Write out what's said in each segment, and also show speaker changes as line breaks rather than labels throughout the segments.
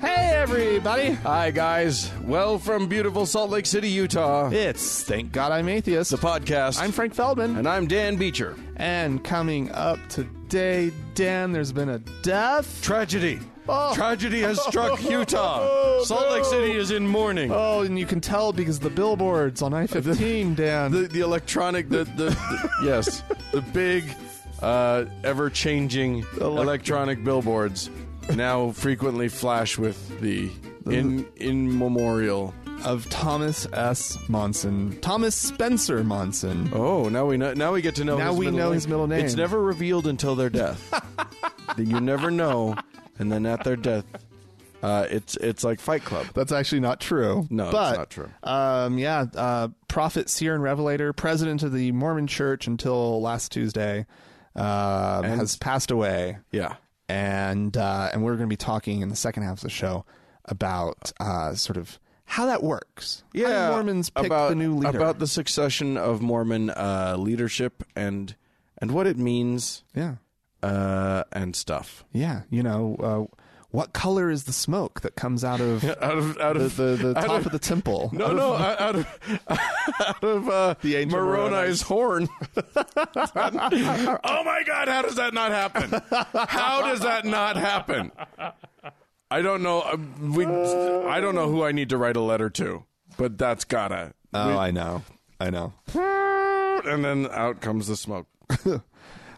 Hey, everybody.
Hi, guys. Well, from beautiful Salt Lake City, Utah,
It's Thank God I'm Atheist.
the podcast.
I'm Frank Feldman.
And I'm Dan Beecher.
and coming up today, Dan, there's been a death.
Tragedy.
Oh.
Tragedy has struck Utah.
Oh,
Salt Lake
no.
City is in mourning.
Oh, and you can tell because of the billboards on I 15, Dan.
The, the electronic, the, the, the- yes, the big, uh, ever changing electronic billboards now frequently flash with the in, in memorial.
of Thomas S. Monson. Thomas Spencer Monson.
Oh, now we know. Now we get to know.
Now
his
we
middle
know
name.
his middle
It's
name.
never revealed until their death. you never know, and then at their death, uh, it's it's like Fight Club.
That's actually not true.
No, it's
but,
not true.
Um, yeah, uh, prophet, seer, and revelator, president of the Mormon Church until last Tuesday, uh, has passed away.
Yeah,
and uh, and we're going to be talking in the second half of the show about uh, sort of how that works. How do
yeah.
Mormons pick
about,
the new leader.
about the succession of Mormon uh, leadership and and what it means
yeah,
uh, and stuff.
yeah. You know, uh, what color is the smoke that comes out of
Out of out
the
of
the, the
out
top of, the temple?
no no out out of out of uh,
The ancient
Moroni's horn. oh my God! How does that not happen? How does that not happen? I don't know. uh, We I don't know who I need to write a letter to, but that's gotta.
Oh, I know, I know.
And then out comes the smoke.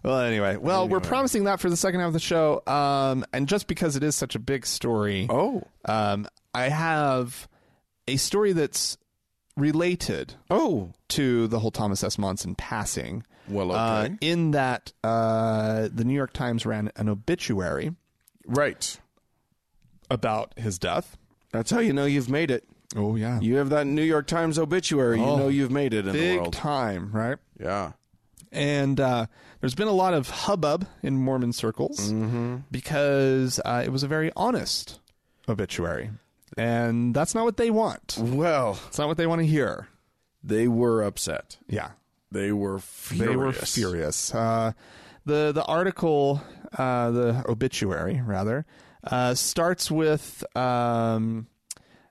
Well, anyway, well, we're promising that for the second half of the show, um, and just because it is such a big story,
Oh
um, I have a story that's related
oh.
to the whole Thomas S. Monson passing.
Well,
uh,
okay.
in that uh, the New York Times ran an obituary
Right.
about his death.
That's how you know you've made it.
Oh yeah,
You have that New York Times obituary.
Oh.
you know you've made it in the
big
world.
time, right?
yeah.
And uh, there's been a lot of hubbub in Mormon circles because uh, it was a very honest obituary, and that's not what they want.
Well,
It's not what they want to hear.
they were upset.
Yeah,
They were furious.
they were furious. Uh, the the article, uh, the obituary rather, uh, starts with um,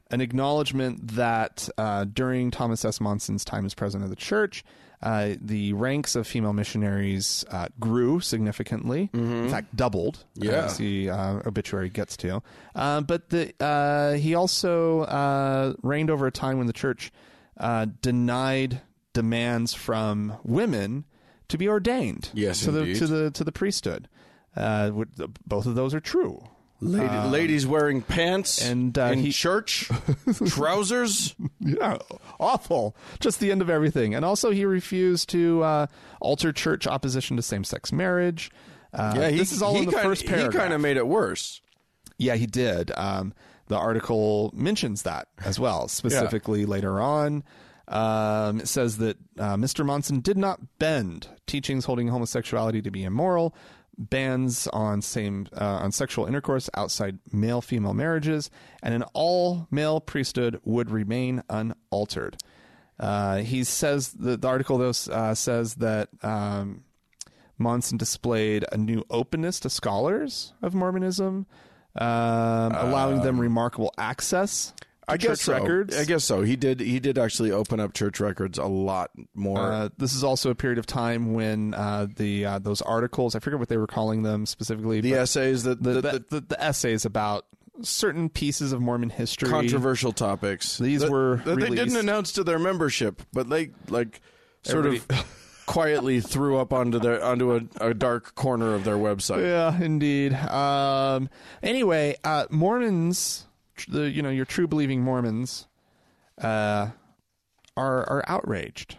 an acknowledgement that uh, during Thomas S. Monson's time as president of the church, uh, the ranks of female missionaries uh, grew significantly. In fact, doubled.
Mm-hmm. Yeah.
as the uh, obituary gets to. Uh, but the uh, he also uh, reigned over a time when the church uh, denied demands from women to be ordained.
Yes,
to the
indeed.
to the to the priesthood. Uh, would- the- both of those are true.
Lady, ladies wearing pants
Um, and, uh,
in
he- Uh,
church, trousers.
Yeah, awful. Just the end of everything. And also, he refused to uh, alter church opposition to same-sex marriage. Uh, this is all in the
kinda,
first paragraph.
He kind of made it worse.
Yeah, he did. Um, the article mentions that as well, specifically later on. Um, it says that uh, Mr. Monson did not bend teachings holding homosexuality to be immoral, bans on same uh, on sexual intercourse outside male female marriages, and an all male priesthood would remain unaltered. Uh, he says the, the article though uh, says that um, Monson displayed a new openness to scholars of Mormonism, um, allowing them remarkable access. To
Uh, I
church
guess so.
records.
I guess so. He did. He did actually open up church records a lot more.
Uh, this is also a period of time when uh, the uh, those articles I forget what they were calling them specifically.
the
but
essays that the,
the, the, the, the essays about certain pieces of Mormon history.
controversial topics.
These
that-
were
that they didn't
released.
announce to their membership, but they like sort of quietly threw up onto their onto a, a dark corner of their website.
Yeah, indeed. Um, anyway, uh, Mormons the you know your true believing Mormons uh, are are outraged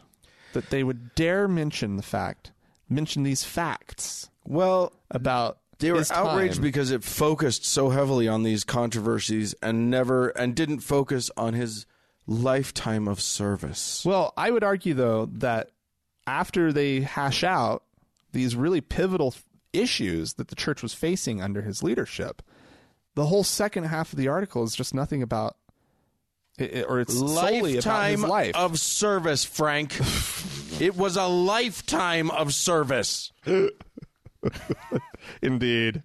that they would dare mention the fact mention these facts
Well,
about
they were
his time.
outraged because it focused so heavily on these controversies and never and didn't focus on his lifetime of service.
Well, I would argue though that after they hash out these really pivotal th- issues that the church was facing under his leadership, the whole second half of the article is just nothing about it, it- or it's solely about his
lifetime
life.
of service, Frank. it was a lifetime of service.
Indeed.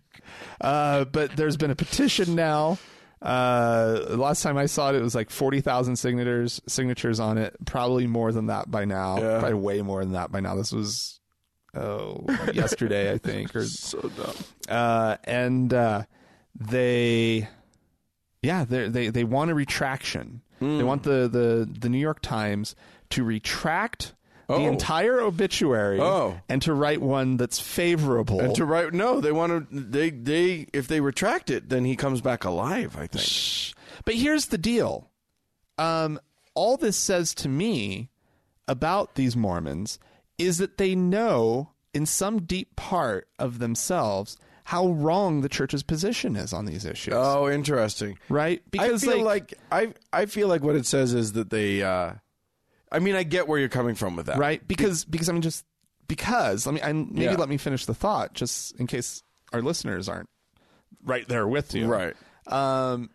Uh, but there's been a petition now. Uh, last time I saw it, it was like 40,000 signatures, signatures on it. Probably more than that by now. Probably way more than that by now. This was, oh, yesterday, I think. Or, so dumb. Uh, and uh, they, yeah, they're- they they want a retraction.
Hmm.
They want the, the, the New York Times to retract the
Oh.
entire obituary
Oh.
and to write one that's favorable
And to write no, they want to they they if they retract it, then he comes back alive, I think.
But here's the deal. Um, all this says to me about these Mormons is that they know in some deep part of themselves how wrong the church's position is on these issues.
Oh, interesting.
right?
I feel like, I I feel like what it says is that they uh I mean I get where you're coming from with that.
right? Because because I mean just because let me I, maybe
uh, Yeah.
let me finish the thought just in case our listeners aren't right there with you.
Right.
um,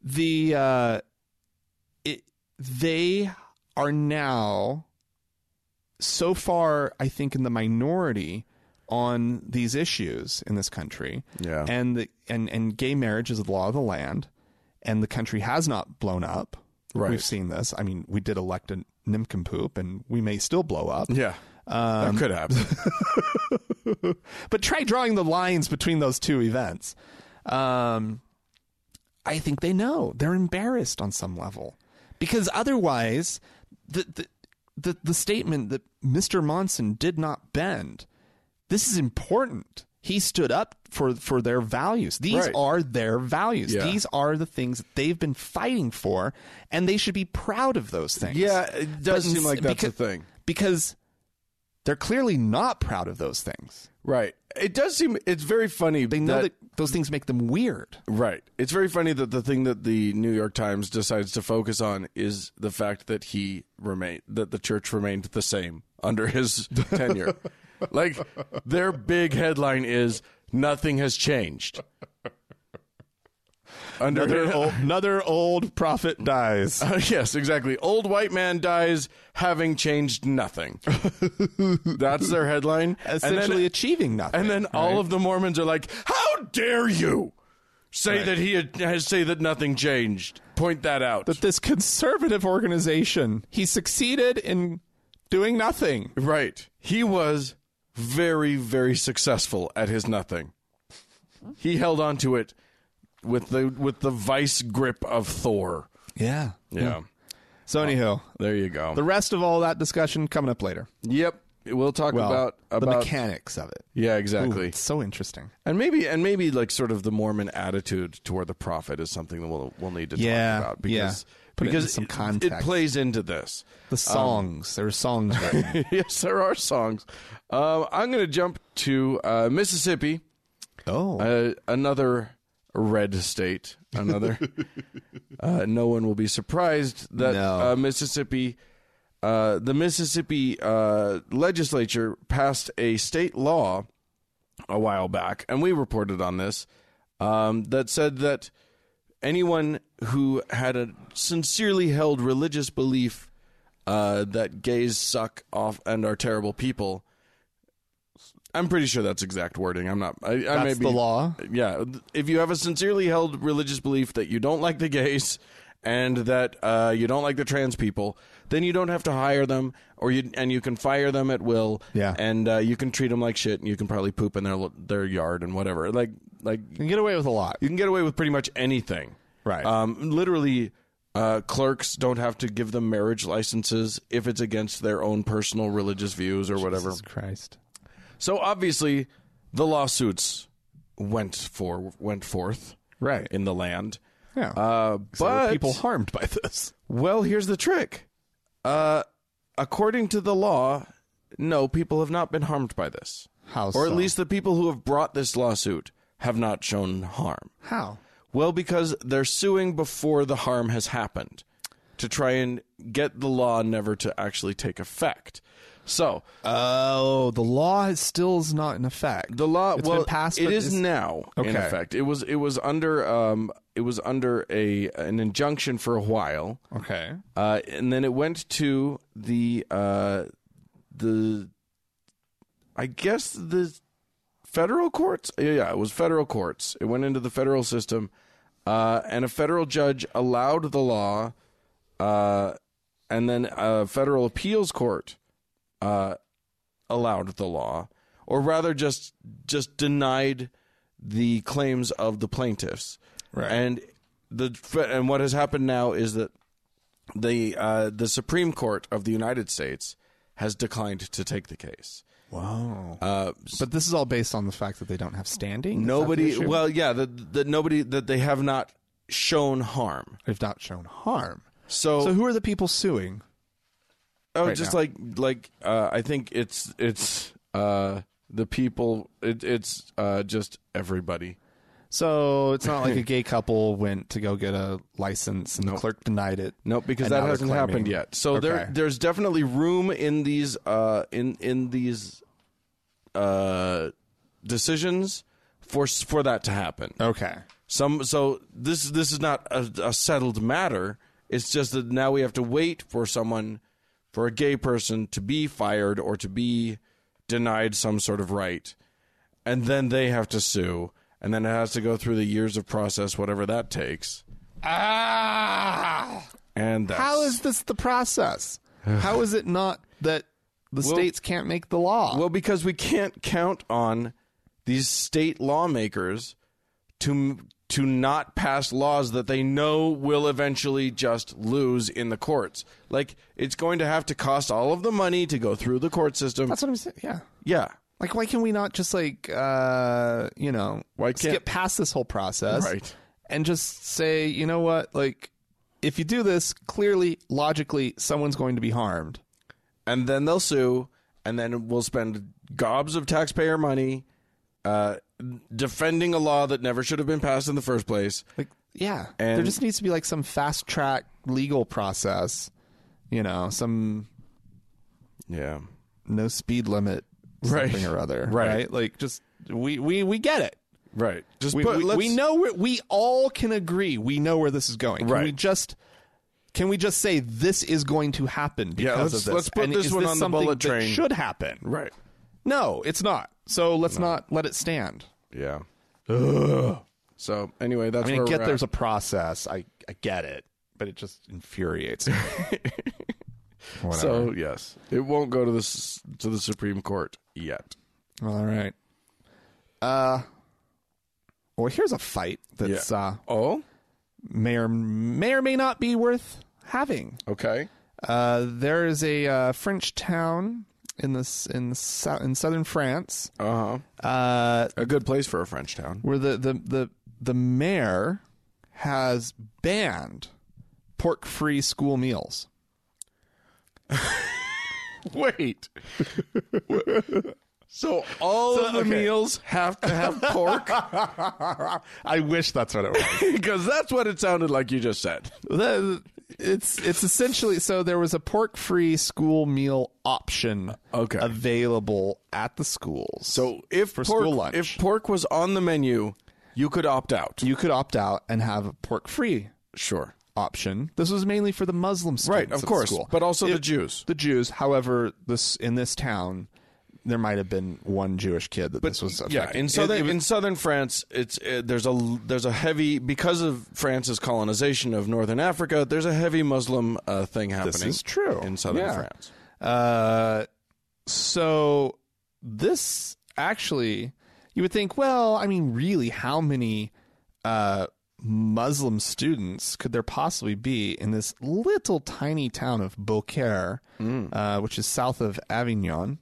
the uh, it, they are now so far, I think, in the minority on these issues in this country.
Yeah.
and the and and gay marriage is the law of the land, and the country has not blown up.
Right.
we've seen this. I mean, we did elect a nincompoop, and we may still blow up.
Yeah.
Um,
that could happen.
but try drawing the lines between those two events. Um, I think they know they're embarrassed on some level because otherwise, the the the, the statement that Mr. Monson did not bend. This is important. He stood up for for their values. These
Right.
are their values.
Yeah.
These are the things that they've been fighting for, and they should be proud of those things.
Yeah, it does
But
seem like that's
because-
a thing.
because they're clearly not proud of those things.
Right. It does seem it's very funny
They know that, those things make them weird.
Right. It's very funny that the thing that the New York Times decides to focus on is the fact that he remained that the church remained the same under his tenure. Like their big headline is nothing has changed. Under
old, another old prophet dies.
yes, exactly. Old white man dies having changed nothing. That's their headline. And then-
Essentially achieving nothing.
and then all of the Mormons are like, "How dare you say that he had, has say that nothing changed? Point that out."
that this conservative organization, he succeeded in doing nothing.
right. He was very, very successful at his nothing. He held on to it with the with the vice grip of Thor.
Yeah.
Yeah.
So anyhow,
There you go.
the rest of all that discussion coming up later.
yep. We'll talk about
the
about
mechanics of it.
yeah,
Ooh,
exactly.
it's so interesting.
And maybe and maybe like sort of the Mormon attitude toward the prophet is something that we'll we'll need to
Yeah,
talk about
yeah.
because
Put it
because
in some
it-
context.
it plays into this.
The songs. there are songs. written.
yes, there are songs. Um, I'm going to jump to uh, Mississippi,
oh.
uh, another red state. Another. uh, no one will be surprised that
No.
uh, Mississippi, uh, the Mississippi uh, legislature passed a state law a while back, and we reported on this um, that said that anyone who had a sincerely held religious belief uh, that gays suck off and are terrible people. I'm pretty sure that's exact wording. I'm not. I, I may
That's
be,
the law.
Yeah. If you have a sincerely held religious belief that you don't like the gays and that uh, you don't like the trans people, then you don't have to hire them, or you and you can fire them at will.
Yeah.
And uh, you can treat them like shit, and you can probably poop in their their yard and whatever. Like like
You can get away with a lot.
you can get away with pretty much anything.
Right.
Um, literally, uh, clerks don't have to give them marriage licenses if it's against their own personal religious views or whatever.
Jesus Christ.
So obviously, the lawsuits went for went forth
Right.
in the land.
Yeah.
Uh,
So were
but
people harmed by this.
well, here's the trick. Uh, according to the law, no, people have not been harmed by this.
How
Or at
so?
least the people who have brought this lawsuit have not shown harm.
How?
Well, because they're suing before the harm has happened to try and get the law never to actually take effect. So
Oh, the law is still is not in effect.
the law
It's
well
been passed,
it
but
is
it's-
now in
Okay.
effect. It was it was under um it was under a an injunction for a while.
okay.
Uh, and then it went to the uh, the I guess the federal courts. Yeah, yeah, it was federal courts. It went into the federal system, uh, and a federal judge allowed the law, uh, and then a federal appeals court uh, allowed the law, or rather, just just denied the claims of the plaintiffs.
Right.
And the and what has happened now is that the uh, the Supreme Court of the United States has declined to take the case.
Wow.
Uh,
But this is all based on the fact that they don't have standing. Is that the
nobody,
issue?
well, yeah, that that nobody that they have not shown harm.
they've not shown harm.
So,
So who are the people suing?
oh,
right
just
now?
like like uh, I think it's it's uh, the people. It, it's uh, just everybody.
So it's not like a gay couple went to go get a license and the clerk denied it.
Nope, because
and now
that
they're
hasn't
claiming-
happened yet. So there,
Okay.
there's definitely room in these, uh, in in these, uh, decisions for s- for that to happen.
Okay.
Some so this this is not a, a settled matter. It's just that now we have to wait for someone, for a gay person to be fired or to be denied some sort of right, and then they have to sue, and then it has to go through the years of process, whatever that takes.
Ah.
And that's,
How is this the process? How is it not that the states can't make the law?
Well, because we can't count on these state lawmakers to to not pass laws that they know will eventually just lose in the courts. Like it's going to have to cost all of the money to go through the court system.
That's what I'm saying. Yeah.
yeah.
Like, why can we not just like, uh, you know,
Why can't-
skip past this whole process,
Right.
And just say, you know what, like, if you do this, clearly, logically, someone's going to be harmed.
And then they'll sue and then we'll spend gobs of taxpayer money uh, defending a law that never should have been passed in the first place.
Like, yeah,
And-
there just needs to be like some fast track legal process, you know, some
Yeah.
no speed limit,
Right.
something or other,
Right.
Like, just we we we get it.
Right. Just
We,
put,
we,
let's-
we know where, we all can agree we know where this is going. Can
Right.
we just can we just say this is going to happen because
let's-
of this?
let's put
And
this
is
one on the
something
bullet
that
train.
should happen.
Right.
No, it's not. So let's not let it stand.
Yeah. So anyway, that's
I mean,
where
I get
we're
there's
at.
a process. I I get it, but it just infuriates me. Whatever.
so yes, it won't go to the s- to the Supreme Court yet.
all right. Uh well, here's a fight that's uh,
oh,
may or may or may not be worth having.
okay.
Uh, there is a uh, French town in this in the sou- in southern France
Uh huh.
uh,
A good place for a French town.
where the, the the the mayor has banned pork-free school meals.
Wait. so all of the
okay.
meals have to have pork
I wish that's what it was.
because that's what it sounded like you just said.
The- it's it's essentially so there was a pork-free school meal option
Okay.
available at the schools.
So if
For
pork,
school lunch.
if pork was on the menu, you could opt out.
you could opt out and have a pork-free
Sure.
option. This was mainly for the Muslim students,
Right,
at
of
the
course,
school.
but also the Jews.
The Jews, however, this in this town, there might have been one Jewish kid that this was affecting.
Yeah, in southern in southern France, it's uh, there's a there's a heavy because of France's colonization of northern Africa. There's a heavy Muslim uh, thing happening.
is true.
in southern
Yeah.
France.
Uh, so this actually, you would think, well, I mean, really, how many uh, Muslim students could there possibly be in this little tiny town of Beaucaire,
Mm.
uh, which is south of Avignon?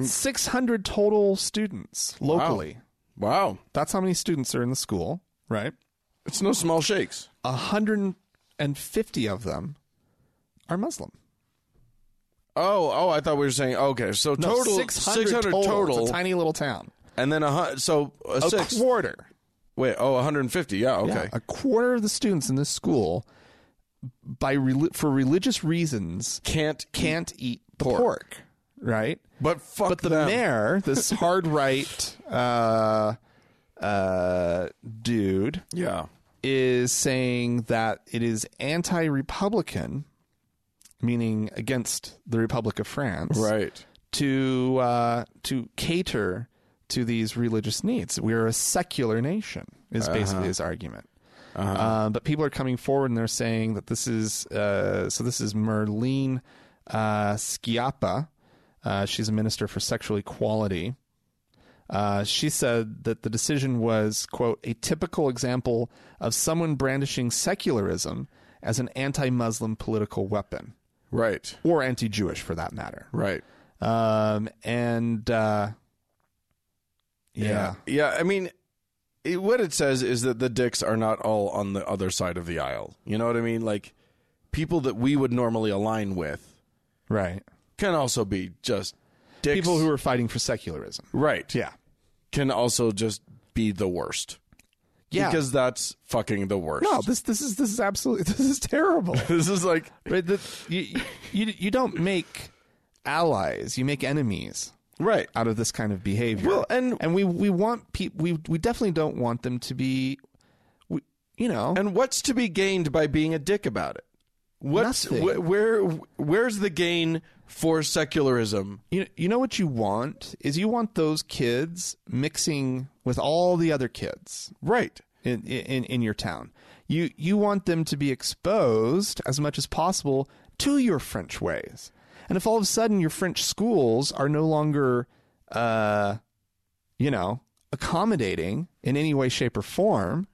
600 total students locally.
Wow.
That's how many students are in the school, right?
It's no small shakes.
150 of them are Muslim.
Oh, oh, I thought we were saying okay. So
No,
total
600, total. It's a tiny little town.
and then a hun- so a,
A
six.
quarter.
Wait, oh, 150. Yeah, okay.
Yeah, a quarter of the students in this school, by reli- for religious reasons,
Can't
can't eat the pork,
Pork.
right?
But fuck
but the
them.
mayor, this hard right uh, uh, dude,
Yeah.
is saying that it is anti-republican, meaning against the Republic of France,
Right.
To uh, to cater to these religious needs, we are a secular nation. Is basically his argument. Um, but people are coming forward and they're saying that this is uh, so. This is Merlene uh, Schiappa. Uh, she's a minister for sexual equality. Uh, she said that the decision was, quote, a typical example of someone brandishing secularism as an anti Muslim political weapon,
Right.
or anti Jewish for that matter.
Right.
Um, and uh, yeah.
Yeah, I mean it, what it says is that the dicks are not all on the other side of the aisle. You know what I mean? Like people that we would normally align with
right.
can also be just dicks.
People who are fighting for secularism.
right.
Yeah.
Can also just be the worst.
Yeah.
Because that's fucking the worst.
No, this this is this is absolutely this is terrible.
this is like
right? The, you, you you don't make allies; you make enemies
right.
out of this kind of behavior.
Well, and-
and we we want people we we definitely don't want them to be, we, you know,
And what's to be gained by being a dick about it? What's
Nothing.
wh- where where's the gain for secularism?
you you know what you want is you want those kids mixing with all the other kids
Right.
in in in your town. You you want them to be exposed as much as possible to your French ways. And if all of a sudden your French schools are no longer, uh, you know, accommodating in any way, shape, or form,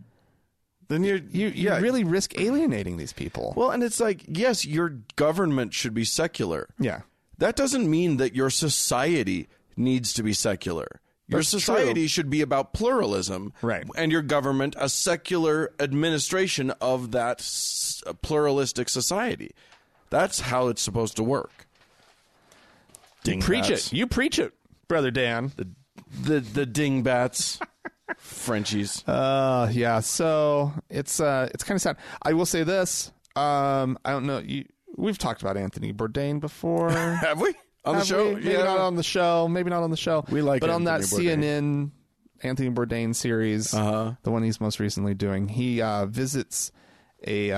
Then you're
you, you really risk alienating these people.
Well, and it's like, yes, your government should be secular.
yeah,
That doesn't mean that your society needs to be secular. Your
That's
society should be about pluralism,
Right.
And your government a secular administration of that s- pluralistic society. That's how it's supposed to work. Dingbats.
You preach it, brother Dan. The
the the dingbats, Frenchies.
Uh, yeah. So it's uh, it's kind of sad. I will say this. Um, I don't know. You, we've talked about Anthony Bourdain before
Have we on the
Have
show?
we? Maybe not on the show. Maybe not on the show.
We like
but on that
Anthony Bourdain. Uh-huh.
CNN Anthony Bourdain series, the one he's most recently doing. He uh, visits a uh,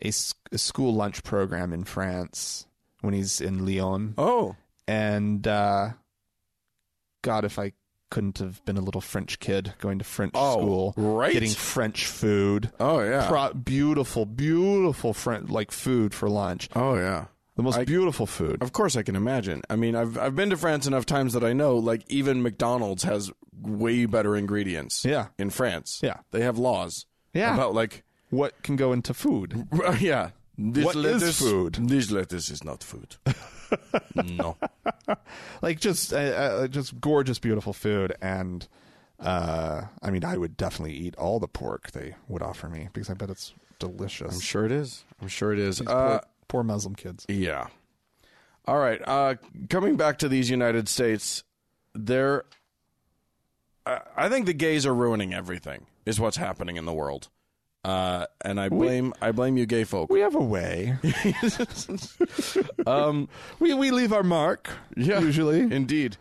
a, s- a school lunch program in France when he's in Lyon,
oh,
and uh, God, if I couldn't have been a little French kid going to French
Oh,
school,
right.
getting French food.
oh yeah,
Pro- beautiful, beautiful French like food for lunch.
oh yeah.
The most beautiful food.
Of course, I can imagine. I mean, I've I've been to France enough times that I know, like, even McDonald's has way better ingredients.
Yeah.
in France.
Yeah.
they have laws.
Yeah.
about like,
What can go into food?
yeah, this
What is
lettuce,
food?
This lettuce is not food. no,
like just uh, uh, just gorgeous, beautiful food, and uh, I mean, I would definitely eat all the pork they would offer me because I bet it's delicious.
I'm sure it is. I'm sure it is.
Poor,
Uh,
poor Muslim kids.
Yeah. All right. Uh, coming back to these United States, there. I, I think the gays are ruining everything. Is what's happening in the world, uh, and I blame I blame you, gay folk.
We have a way.
um,
we we leave our mark
Yeah.
usually.
indeed.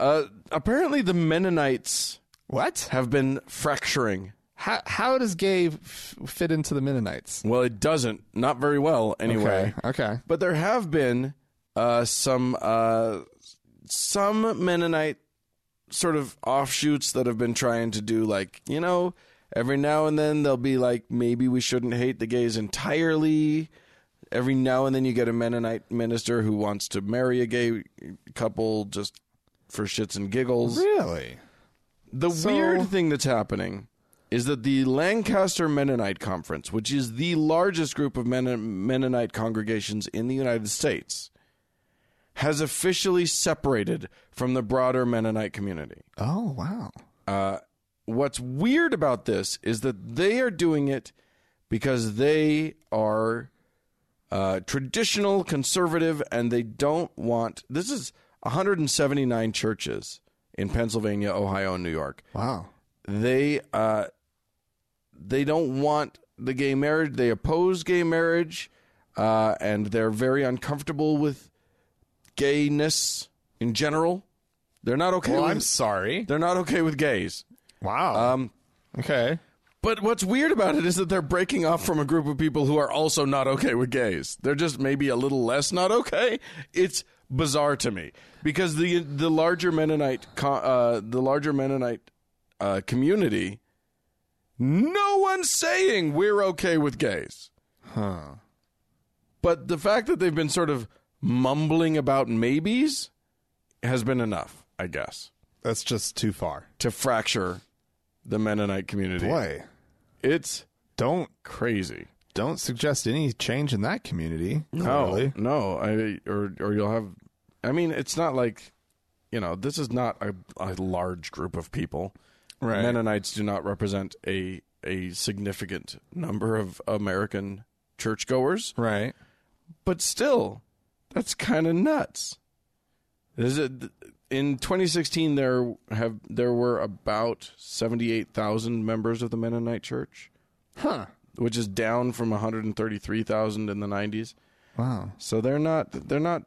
Uh, apparently, the Mennonites
What?
have been fracturing.
How how does gay f- fit into the Mennonites?
Well, it doesn't. Not very well,
Okay.
anyway.
Uh, okay.
But there have been uh, some uh, some Mennonite sort of offshoots that have been trying to do like you know every now and then they'll be like maybe we shouldn't hate the gays entirely. Every now and then you get a Mennonite minister who wants to marry a gay couple just for shits and giggles.
Really?
The
So-
weird thing that's happening is that the Lancaster Mennonite Conference, which is the largest group of Men- Mennonite congregations in the United States, has officially separated from the broader Mennonite community.
Oh wow.
Uh, what's weird about this is that they are doing it because they are uh, traditional conservative and they don't want. This is 179 churches in Pennsylvania, Ohio, and New York.
Wow.
They uh, they don't want the gay marriage. They oppose gay marriage, uh, and they're very uncomfortable with gayness in general. They're not okay.
Well,
with,
I'm sorry.
They're not okay with gays.
Wow.
Um,
okay.
but what's weird about it is that they're breaking off from a group of people who are also not okay with gays. They're just maybe a little less not okay. It's bizarre to me because the the larger Mennonite co- uh, the larger Mennonite uh, community, no one's saying we're okay with gays.
Huh.
But the fact that they've been sort of mumbling about maybes has been enough, I guess,
That's just too far.
to fracture the Mennonite community.
Boy,
It's
don't
crazy.
don't suggest any change in that community.
No,
clearly.
Oh, no, I or or you'll have. I mean, it's not like you know, this is not a, a large group of people.
Right.
Mennonites do not represent a a significant number of American churchgoers,
Right.
but still, that's kind of nuts. There's a, in 2016, there have there were about 78,000 members of the Mennonite Church,
Huh.
which is down from 133,000 in the 90s.
Wow.
So they're not they're not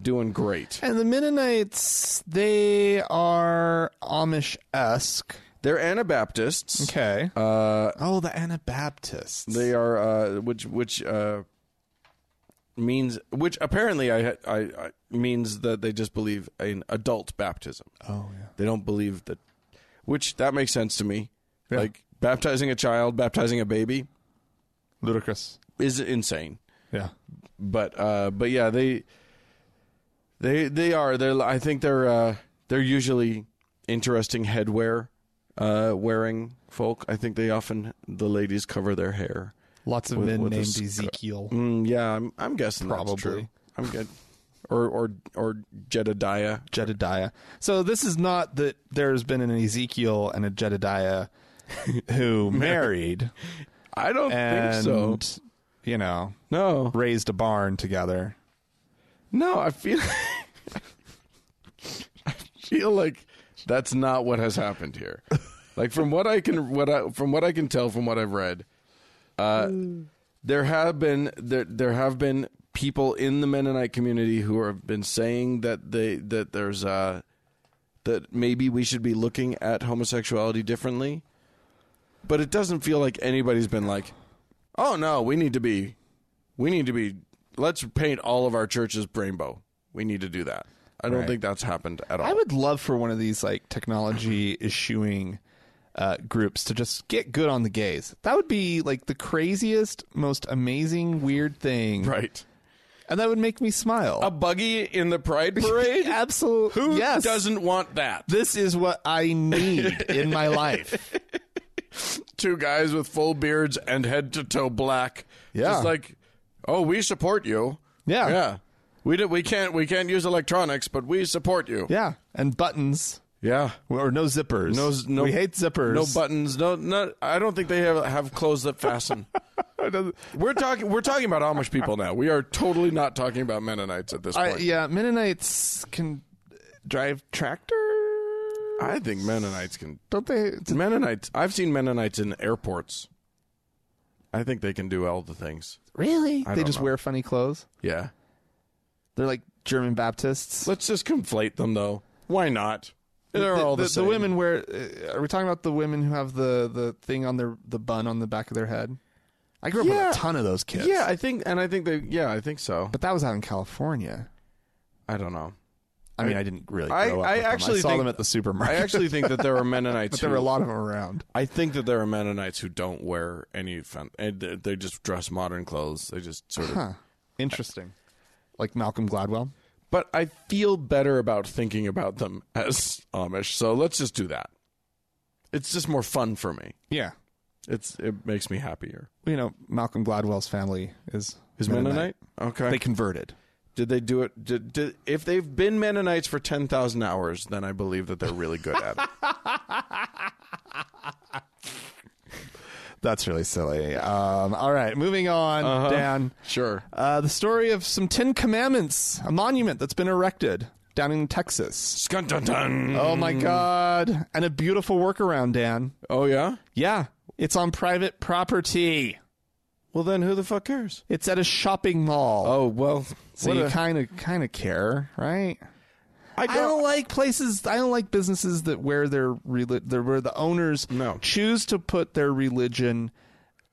doing great.
And the Mennonites, they are Amish esque.
They're Anabaptists.
Okay.
Uh,
oh, the Anabaptists.
they are uh, which which uh, means which apparently I, I I means that they just believe in adult baptism.
oh, yeah.
They don't believe that, which that makes sense to me. Like baptizing a child, baptizing a baby
Ludicrous.
is insane.
Yeah.
but uh but yeah they they they are they're i think they're uh they're usually interesting headwear uh wearing folk i think they often the ladies cover their hair
Lots of
With-
men
with a
named
sc-
Ezekiel.
mm, yeah i'm i'm guessing that's true.
Probably.
i'm good or or or jedediah
Jedediah. So this is not that there's been an Ezekiel and a Jedediah who married
i don't
and
think so
you know
no
raised a barn together.
no i feel i feel like that's not what has happened here like from what i can what i from what i can tell from what i've read uh, there have been there there have been people in the Mennonite community who have been saying that they that there's uh that maybe we should be looking at homosexuality differently. But it doesn't feel like anybody's been like, "Oh no, we need to be we need to be let's paint all of our churches rainbow. We need to do that." I don't
Right.
think that's happened at all.
I would love for one of these like technology issuing uh, groups to just get good on the gays. That would be like the craziest, most amazing, weird thing,
right.
and that would make me smile.
A buggy in the pride parade?
Absolutely.
Who
yes.
doesn't want that?
This is what I need in my life.
two guys with full beards and head to toe black.
Yeah.
Just like, oh, we support you.
Yeah.
Yeah. We did, we can't we can't use electronics, but we support you.
Yeah, and buttons
Yeah.
or no zippers.
No z- no
we hate zippers.
No buttons. No no I don't think they have have clothes that fasten. we're talking we're talking about Amish people now. We are totally not talking about Mennonites at this
I,
point.
yeah, Mennonites can drive tractor.
I think Mennonites can
Don't they?
Mennonites I've seen Mennonites in airports. I think they can do all the things.
Really?
I
they
don't
just
know.
wear funny clothes.
Yeah.
They're like German Baptists.
Let's just conflate them, though. Why not? They're all the, same.
women wear. Uh, are we talking about the women who have the the thing on their the bun on the back of their head? I grew up
Yeah.
with a ton of those kids.
Yeah, I think, and I think they. Yeah, I think so.
but that was out in California.
I don't know.
I mean, I, didn't really. Grow
I-
up
I
with them.
actually
saw
think-
them at the
I
supermarket.
actually think that there are Mennonites.
but there were a
who-
lot of them around.
I think that there are Mennonites who don't wear any. Fan, and they- they just dress modern clothes. They just sort of.
Huh. Interesting. Like Malcolm Gladwell.
But I feel better about thinking about them as Amish. So let's just do that. It's just more fun for me.
Yeah.
It's it makes me happier.
You know, Malcolm Gladwell's family is
Is Mennonite, okay?
They converted.
Did they do it? Did, did if they've been Mennonites for ten thousand hours, then I believe that they're really good at it.
That's really silly. Um, all right, moving on, Dan.
Sure.
Uh, the story of some Ten Commandments, a monument that's been erected down in Texas.
Skun dun dun.
Oh my God. And a beautiful workaround, Dan.
Oh yeah.
Yeah, it's on private property.
Well then, who the fuck cares?
It's at a shopping mall.
Oh well.
so
what
you
a-
kind of kind of care, right?
I
I don't like places. I don't like businesses that where their reli- their- where the owners
No.
choose to put their religion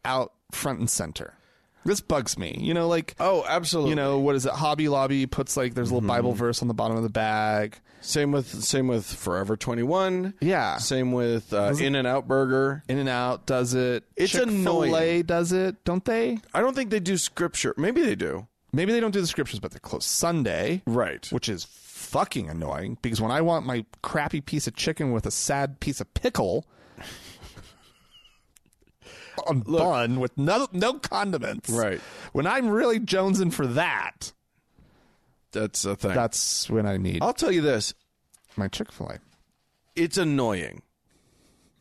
out front and center. This bugs me. You know, like
Oh, absolutely. Mm-hmm.
you know what is it? Hobby Lobby puts like there's a little Bible verse on the bottom of the bag.
Same with same with Forever Twenty One.
Yeah.
Same with uh, In and Out Burger.
In and Out does it.
It's
Chick-fil-A
annoying.
does it, don't they?
I don't think they do scripture. Maybe they do.
Maybe they don't do the scriptures, but they're close Sunday,
Right.
Which is fucking annoying because when I want my crappy piece of chicken with a sad piece of pickle. On bun with no no condiments.
Right.
When I'm really jonesing for that,
That's a thing.
that's when I need
I'll tell you this.
my Chick Fil A.
it's annoying.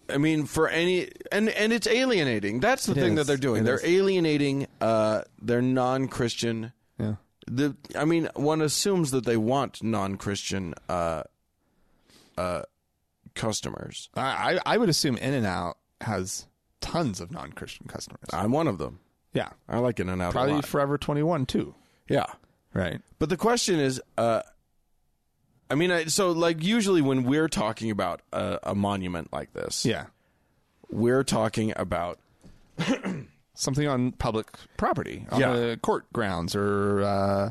I mean, for any and and it's alienating. That's the thing
is.
that they're doing.
It
they're
is.
alienating. Uh, they're non-Christian.
Yeah.
The I mean, one assumes that they want non-Christian uh, uh, customers.
I, I I would assume In and Out has tons of non Christian customers.
I'm one of them.
yeah.
I like In and Out Ah. a
Probably
lot.
Forever 21 too.
yeah,
Right.
but the question is, uh, I mean, I, so like usually when we're talking about a, a monument like this,
Yeah.
we're talking about
Something on public property, on
Yeah.
the court grounds or uh,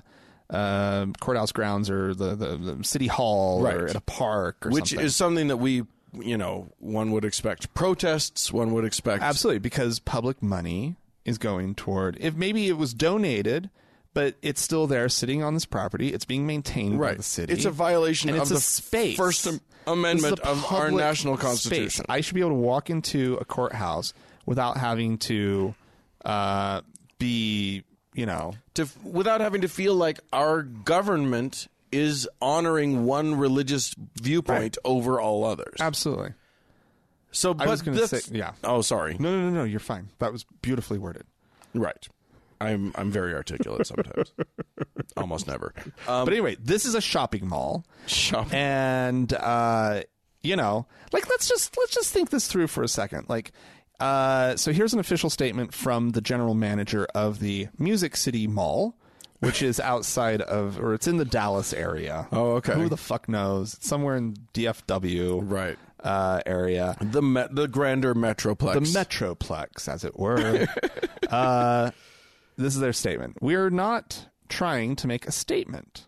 uh, courthouse grounds or the, the, the city hall or
Right.
at a park or
which
something.
is something that we you know one would expect protests one would expect
Absolutely, because public money is going toward. If maybe it was donated, but it's still there, sitting on this property. It's being maintained by
right
the city.
it's a violation
and
of
it's
the
a space.
first Am- amendment
This is a
of our
public
national
space.
constitution
I should be able to walk into a courthouse without having to uh, be, you know,
to, without having to feel like our government is honoring one religious viewpoint over all others
absolutely.
so but
was gonna
this-
say- yeah.
oh sorry
No, no, no, no. You're fine. That was beautifully worded.
right i'm i'm very articulate sometimes almost never um,
but anyway, this is a shopping mall,
shop
and uh, you know, like let's just let's just think this through for a second. Like, uh, so here's an official statement from the general manager of the Music City Mall. Which is outside of, or it's in the Dallas area.
Oh, okay.
Who the fuck knows? It's somewhere in DFW
Right.
uh, area.
the me- the grander metroplex
the metroplex, as it were. uh, this is their statement. We're not trying to make a statement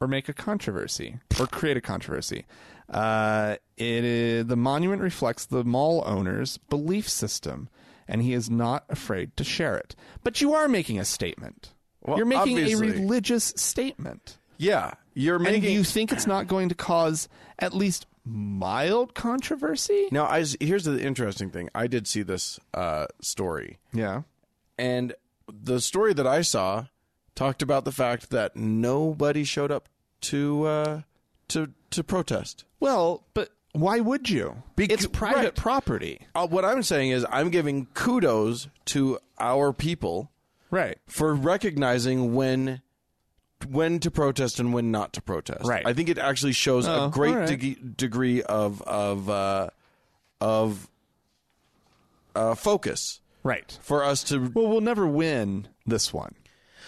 or make a controversy or create a controversy. Uh, it is, the monument reflects the mall owner's belief system, and he is not afraid to share it. But you are making a statement.
Well,
You're making
obviously.
a religious statement.
yeah you're making
And you think it's not going to cause at least mild controversy?
Now, I, s- here's the interesting thing. I did see this uh, story,
Yeah.
and the story that I saw talked about the fact that nobody showed up to uh, to to protest.
Well, but why would you? it's private
right.
property.
Uh, what I'm saying is, I'm giving kudos to our people
Right.
for recognizing when when to protest and when not to protest.
Right.
I think it actually shows
Oh,
a great
all right.
deg- degree of of uh, of uh, focus
Right.
for us to
Well, we'll never win this one.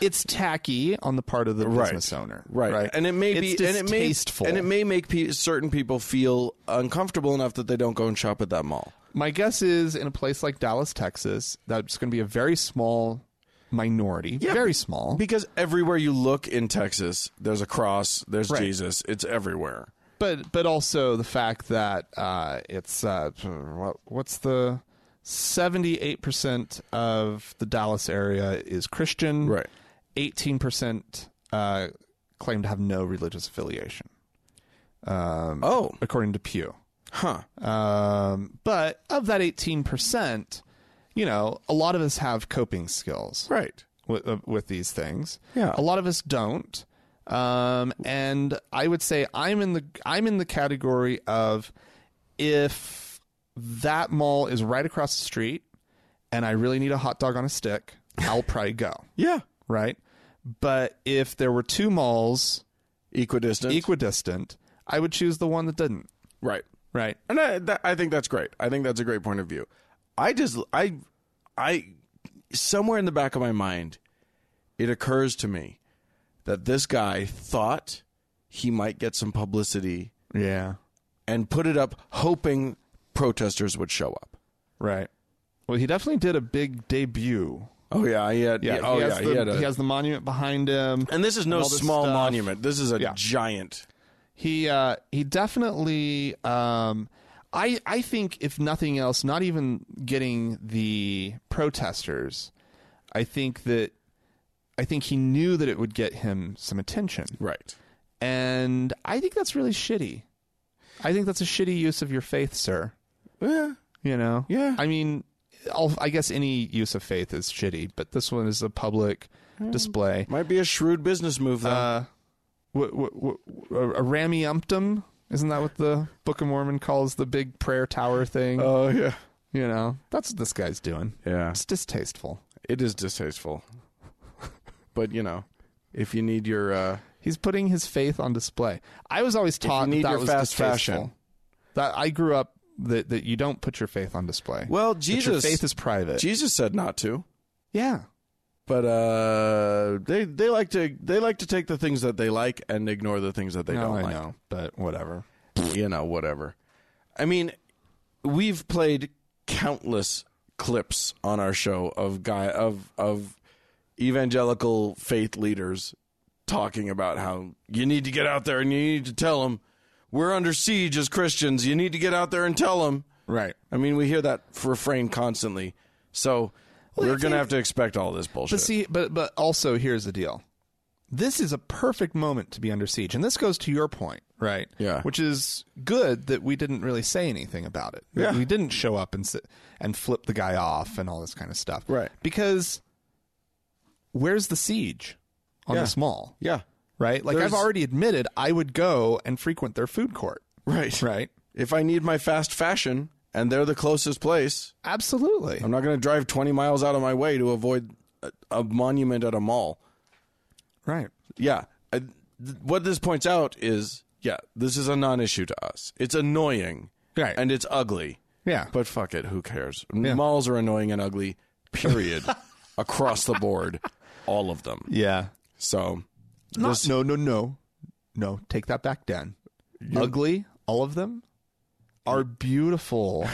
It's tacky on the part of the business owner.
right? And it may
It's
be, and it may,
distasteful.
and it may make pe- certain people feel uncomfortable enough that they don't go and shop at that mall.
My guess is in a place like Dallas, Texas, that's going to be a very small minority. very small.
because everywhere you look in Texas, there's a cross, there's
Right.
Jesus, it's everywhere.
but but also the fact that uh, it's uh, what, what's the seventy eight percent of the Dallas area is Christian,
Right.
Eighteen percent uh, claim to have no religious affiliation, Um,
Oh,
according to Pew.
huh?
Um, but of that eighteen percent, you know, a lot of us have coping skills
Right.
with, uh, with these things.
Yeah.
A lot of us don't. Um, and I would say I'm in the I'm in the category of if that mall is right across the street and I really need a hot dog on a stick, I'll probably go.
Yeah.
Right? But if there were two malls
Equidistant.
equidistant, I would choose the one that didn't.
right.
Right.
And I, that, I think that's great. I think that's a great point of view. I just, I, I, somewhere in the back of my mind, it occurs to me that this guy thought he might get some publicity
Yeah.
and put it up hoping protesters would show up.
Right. Well, he definitely did a big debut.
Oh yeah, he had. Yeah, oh
he has
yeah,
the,
he had. A,
has the monument behind him.
and this is no
all this
small
stuff.
monument. This is a
Yeah.
giant.
He uh, he definitely. Um, I I think if nothing else, not even getting the protesters, I think that I think he knew that it would get him some attention,
Right.
and I think that's really shitty. I think that's a shitty use of your faith, sir.
Yeah.
You know?
Yeah.
I mean, i I guess any use of faith is shitty, but this one is a public display.
Might be a shrewd business move though.
Uh, wh- wh- wh- a ramyumptum? Isn't that what the Book of Mormon calls the big prayer tower thing?
oh yeah.
you know, that's what this guy's doing.
Yeah.
It's distasteful.
It is distasteful. but you know, if you need your uh
He's putting his faith on display. I was always taught
need
that, that
your
was
fast
distasteful.
fashion.
That I grew up that, that you don't put your faith on display.
Well,
That your
Jesus-
faith is private.
Jesus said not to.
yeah,
But uh they they like to they like to take the things that they like and ignore the things that they
no,
don't
I
like.
know, but whatever.
You know, whatever. I mean, we've played countless clips on our show of guy of of evangelical faith leaders talking about how you need to get out there and you need to tell them we're under siege as Christians. You need to get out there and tell them.
Right.
I mean, we hear that refrain constantly. So we're going to have to expect all this bullshit.
But see, but but also here's the deal. This is a perfect moment to be under siege, and this goes to your point, right?
Yeah.
Which is good that we didn't really say anything about it.
Yeah.
We didn't show up and sit and flip the guy off and all this kind of stuff,
Right.
Because where's the siege on
Yeah.
this mall,
yeah.
right? Like
There's-
I've already admitted, I would go and frequent their food court,
Right.
right?
If I need my fast fashion and they're the closest place,
Absolutely.
I'm not going to drive 20 miles out of my way to avoid a, a monument at a mall.
right.
Yeah. I, th- what this points out is, yeah, this is a non-issue to us. It's annoying.
Right.
And it's ugly.
Yeah.
But fuck it, who cares? Malls are annoying and ugly. Period. Across the board, all of them.
Yeah.
So,
Not, no, no, no, no. Take that back, Dan. Ugly, all of them are beautiful.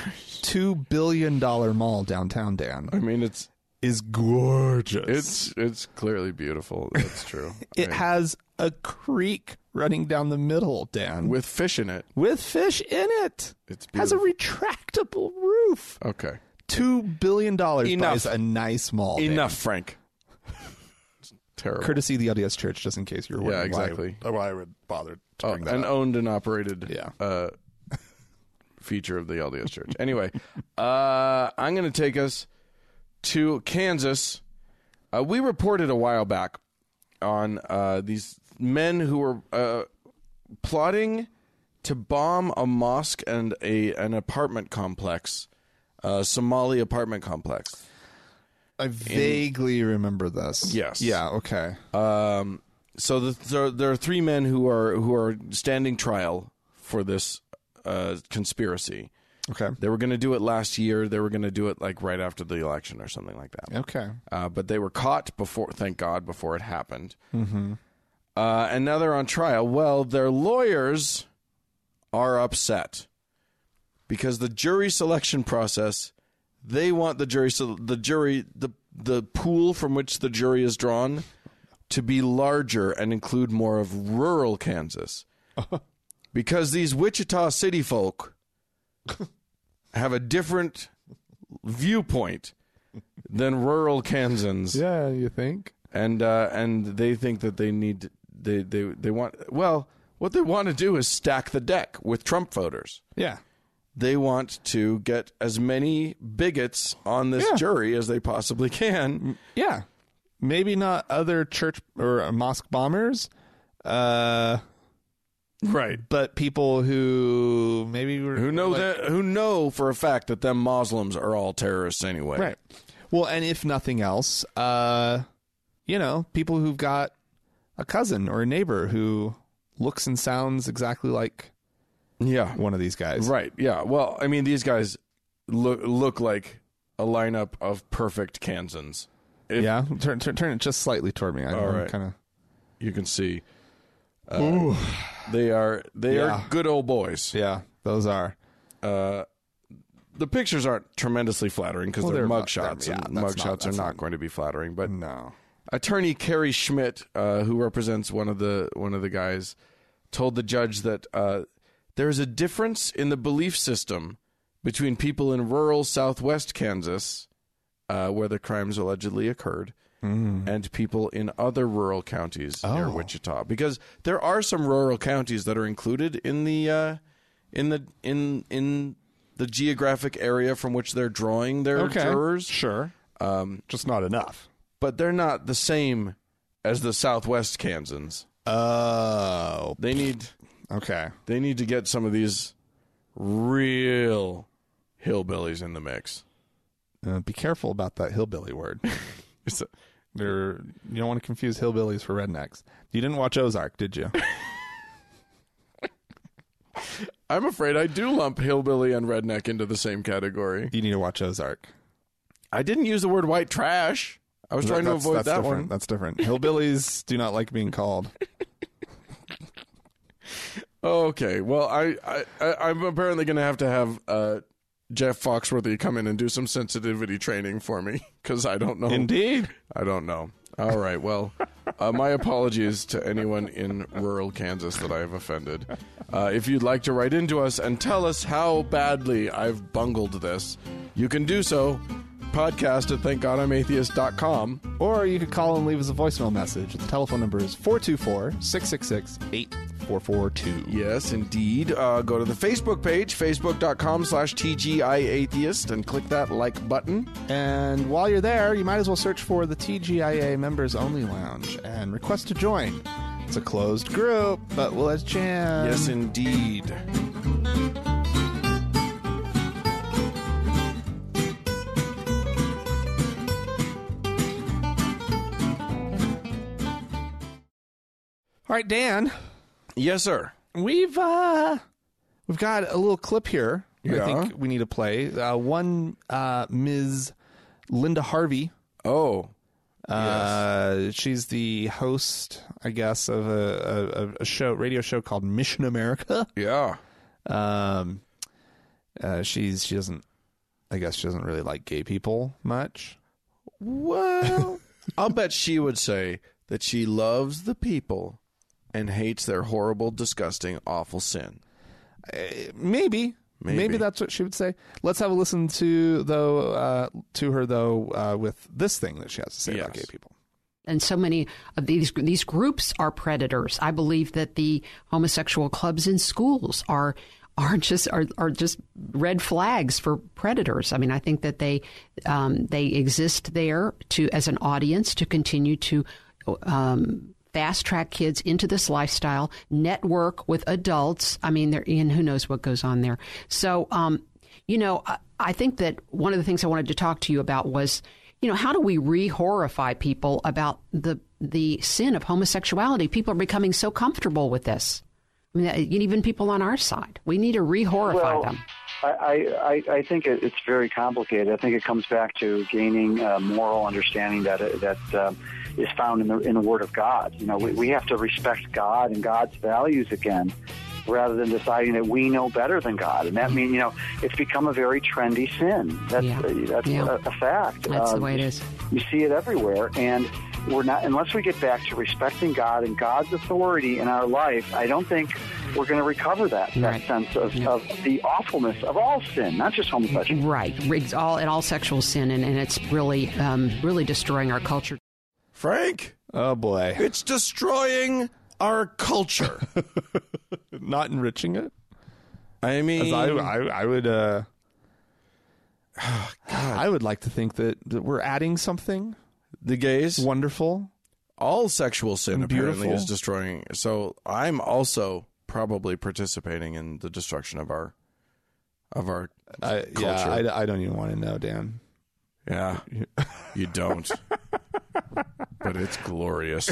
Two billion dollar mall downtown, Dan,
I mean, it's
is gorgeous.
it's it's clearly beautiful. That's true.
it
I-
has a creek running down the middle, Dan, with,
with fish in it.
fish in it.
It's
has a retractable roof.
Okay.
Two billion dollars
Enough.
buys a nice mall. Dan.
Enough, Frank. It's terrible.
Courtesy of the LDS Church, just in case you're wondering
exactly.
why, why I would bother to
Oh,
bring that
an
up.
owned and operated
Yeah.
uh, feature of the LDS Church. Anyway, uh, I'm going to take us to Kansas. Uh, we reported a while back on uh, these men who were uh, plotting to bomb a mosque and a an apartment complex, uh, Somali apartment complex.
I vaguely remember this.
uh, Yes.
Yeah. Okay.
Um, so the, there, there are three men who are who are standing trial for this uh, conspiracy.
okay.
They were going to do it last year. They were going to do it like right after the election or something like that.
Okay.
Uh, but they were caught before, thank God, before it happened. Mm-hmm. Uh, and now they're on trial. Well, their lawyers are upset because the jury selection process. They want the jury, so the jury, the the pool from which the jury is drawn, to be larger and include more of rural Kansas, because these Wichita city folk have a different viewpoint than rural Kansans
Yeah, you think?
and uh, and they think that they need they they they want well what they want to do is stack the deck with Trump voters.
Yeah.
They want to get as many bigots on this
Yeah.
jury as they possibly can.
Yeah. Maybe not other church or mosque bombers, Uh,
Right.
but people who maybe were,
Who know
like-
that? Who know for a fact that them Muslims are all terrorists anyway?
right? Well, and if nothing else, uh, you know, people who've got a cousin or a neighbor who looks and sounds exactly like
Yeah.
one of these guys,
Right. Yeah. Well, I mean, these guys look look like a lineup of perfect Kansans. If
Yeah, turn turn, turn it just slightly toward me. I,
All
am
right.
kind of
You can see. Uh, they are they
Yeah.
are good old boys.
yeah. Those are
The pictures aren't tremendously flattering because
Well, they're
they're
not-
mugshots,
they're- yeah,
and
that's not-
mugshots are
that's
not,
not- Mm.
going to be flattering. But
no.
attorney Kerry Schmidt, uh, who represents one of the one of the guys, told the judge that uh, there is a difference in the belief system between people in rural Southwest Kansas, uh, where the crimes allegedly occurred, and people in other rural counties near Wichita, because there are some rural counties that are included in the uh, in the in in the geographic area from which they're drawing their jurors
sure. Um, just not enough.
but they're not the same as the Southwest Kansans.
Oh,
They need
okay.
they need to get some of these real hillbillies in the mix.
Uh, be careful about that hillbilly word.
It's a-
They're, you don't want to confuse hillbillies for rednecks. You didn't watch Ozark, did you?
I'm afraid I do lump hillbilly and redneck into the same category.
you need to watch Ozark.
I didn't use the word white trash. I was trying to
That's-
avoid
that's
that
different.
one.
That's different. Hillbillies do not like being called.
Okay. Well, I, I, I I'm apparently going to have to have uh, Jeff Foxworthy come in and do some sensitivity training for me because I don't know.
Indeed.
I don't know. All right. Well, uh, my apologies to anyone in rural Kansas that I have offended. Uh, if you'd like to write into us and tell us how badly I've bungled this, you can do so. Podcast at thankgodimatheist.com.
Or you could call and leave us a voicemail message. The telephone number is 424 666 8442.
Yes, indeed. Uh, go to the Facebook page, facebook.com slash TGIAtheist, and click that like button.
And while you're there, you might as well search for the TGIA Members Only Lounge and request to join. It's a closed group, but we'll let jam.
Yes, indeed.
All right, Dan,
Yes, sir.
we've uh, we've got a little clip here. I
Yeah.
think we need to play uh, one. Uh, Ms. Linda Harvey.
Oh,
Uh, she's the host, I guess, of a, a- a, a show, radio show called Mission America.
yeah.
Um, uh, she's she doesn't, I guess, she doesn't really like gay people much.
Well, I'll bet she would say that she loves the people and hates their horrible, disgusting, awful sin.
Maybe. Maybe.
Maybe.
that's what she would say. Let's have a listen to though uh, to her though uh, with this thing that she has to say about gay
Yes.
people.
and so many of these these groups are predators. I believe that the homosexual clubs in schools are are just are, are just red flags for predators. I mean, I think that they um, they exist there to as an audience to continue to. Um, Fast track kids into this lifestyle, network with adults. I mean, they're in who knows what goes on there. So, um, you know, I, I think that one of the things I wanted to talk to you about was, you know, how do we re-horrify people about the the sin of homosexuality? People are becoming so comfortable with this. I mean, uh, even people on our side, we need to re-horrify them.
I, I, I think it, it's very complicated. I think it comes back to gaining uh, moral understanding that that um, is found in the in the Word of God. You know, we, we have to respect God and God's values again, rather than deciding that we know better than God. And that means you know it's become a very trendy sin. That's
Yeah.
uh, that's
Yeah.
a, a fact.
That's the
Um,
way it is.
You see it everywhere, and we're not unless we get back to respecting God and God's authority in our life. I don't think we're going to recover that that
Right.
sense of, of the awfulness of all sin, not just homosexuality.
Right, It's all and all sexual sin, and, and it's really, um, really destroying our culture.
Frank,
Oh boy,
it's destroying our culture.
not enriching it. Eh.
I mean,
As I, I, I would. Uh, I would like to think that, that we're adding something
the gays
wonderful
all sexual sin apparently
Beautiful.
is destroying. So I'm also probably participating in the destruction of our of our
I, yeah,
culture.
I, I don't even want to know, Dan.
yeah. You don't. but it's glorious.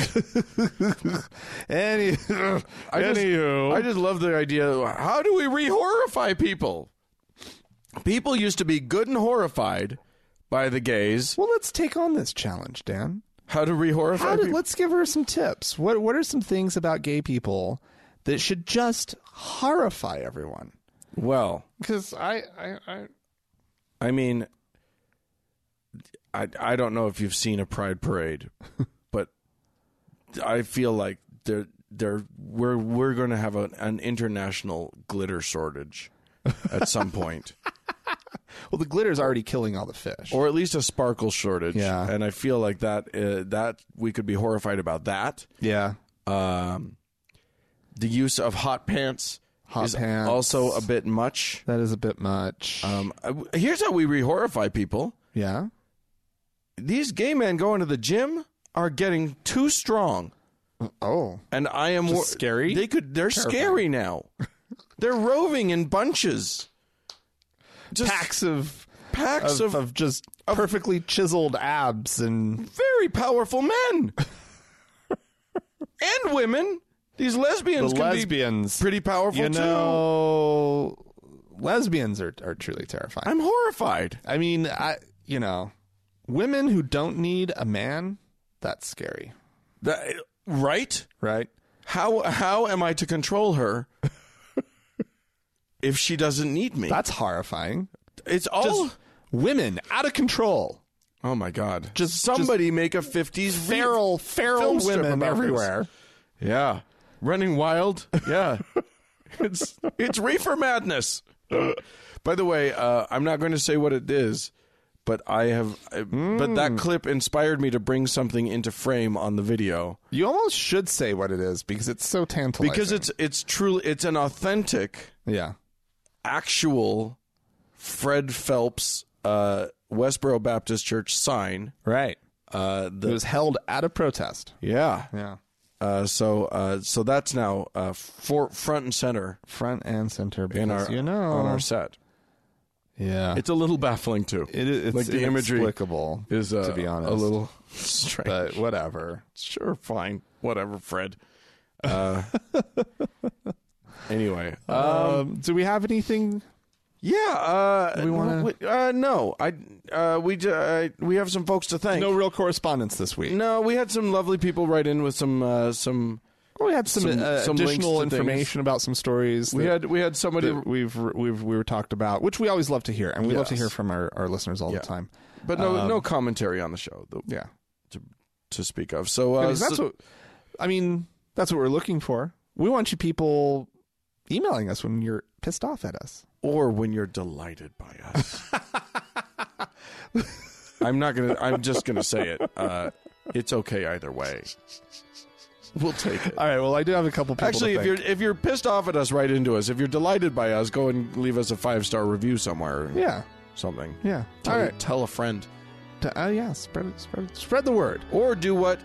Any,
I just-
anywho,
I just love the idea. How do we re-horrify people? People used to be good and horrified by the gays.
well, let's take on this challenge, Dan.
How to re-horrify
How did,
people?
let's give her some tips. What What are some things about gay people that should just horrify everyone?
Well,
Because I, I, I,
I mean, I I don't know if you've seen a pride parade, but I feel like there there we're we're going to have an, an international glitter shortage at some point,
well, the glitter's already killing all the fish.
or at least a sparkle shortage.
Yeah.
and I feel like that uh, that we could be horrified about that.
yeah,
Um, the use of hot pants
Hot
is
pants.
also a bit much.
that is a bit much. Uh,
Um, I- here's how we re-horrify people.
yeah,
these gay men going to the gym are getting too strong,
oh,
and I am wor-
scary?
They could they're scary now. they're roving in bunches, Just
packs of
packs
of,
of,
of, just perfectly chiseled abs and
very powerful men and women. These lesbians, can
lesbians.
be pretty powerful
you
too.
know, lesbians are are truly terrifying.
I'm horrified.
I mean, I you know, women who don't need a man, that's scary,
That, right?
right?
How how am I to control her if she doesn't need me?
That's horrifying.
it's all.
Just women out of control.
Oh my God!
Just-
somebody make a fifties
Feral, feral
film strip
women
about this.
everywhere.
Yeah, running wild. Yeah, it's it's reefer madness. By the way, uh, I'm not going to say what it is, but I have. I- But that clip inspired me to bring something into frame on the video
You almost should say what it is because it's so tantalizing.
because it's it's truly it's an authentic,
yeah,
actual Fred Phelps uh, Westboro Baptist Church sign.
right.
Uh,
It
the
was held at a protest.
yeah,
Yeah,
Uh, so uh, so that's now uh, for, front and center
front and center. Because
in our
you know,
on our set.
yeah,
It's a little baffling too.
it, it's
like the imagery
inexplicable,
is uh,
to be honest
a little strange.
but whatever.
sure, fine, whatever, Fred. Uh, anyway, uh,
Um, do we have anything?
yeah. Uh,
we wanna-
w- uh, no, I uh, we ju- uh, we have some folks to thank.
No real correspondence this week.
No, we had some lovely people write in with some uh, some.
We had some,
Some-
uh,
some links
additional
to things.
information about some stories.
We
that-
had we had somebody
that we've we've we were talked about, which we always love to hear, and we love to
Yes.
hear from our, our listeners all
Yeah.
the time.
but no no commentary on the show though,
Um, Yeah,
to speak of. So uh,
Because that's
so-
what I mean. That's what we're looking for. We want you people emailing us when you're pissed off at us.
or when you're delighted by us. I'm not gonna. I'm just gonna say it. Uh, it's okay either way. We'll take it.
All right. Well, I do have a couple. People
Actually, if you're if you're pissed off at us, write into us. If you're delighted by us, go and leave us a five star review somewhere.
you're yeah
something.
yeah
Tell,
all right
tell a friend,
T- uh, yeah spread it spread it, spread the word.
or do what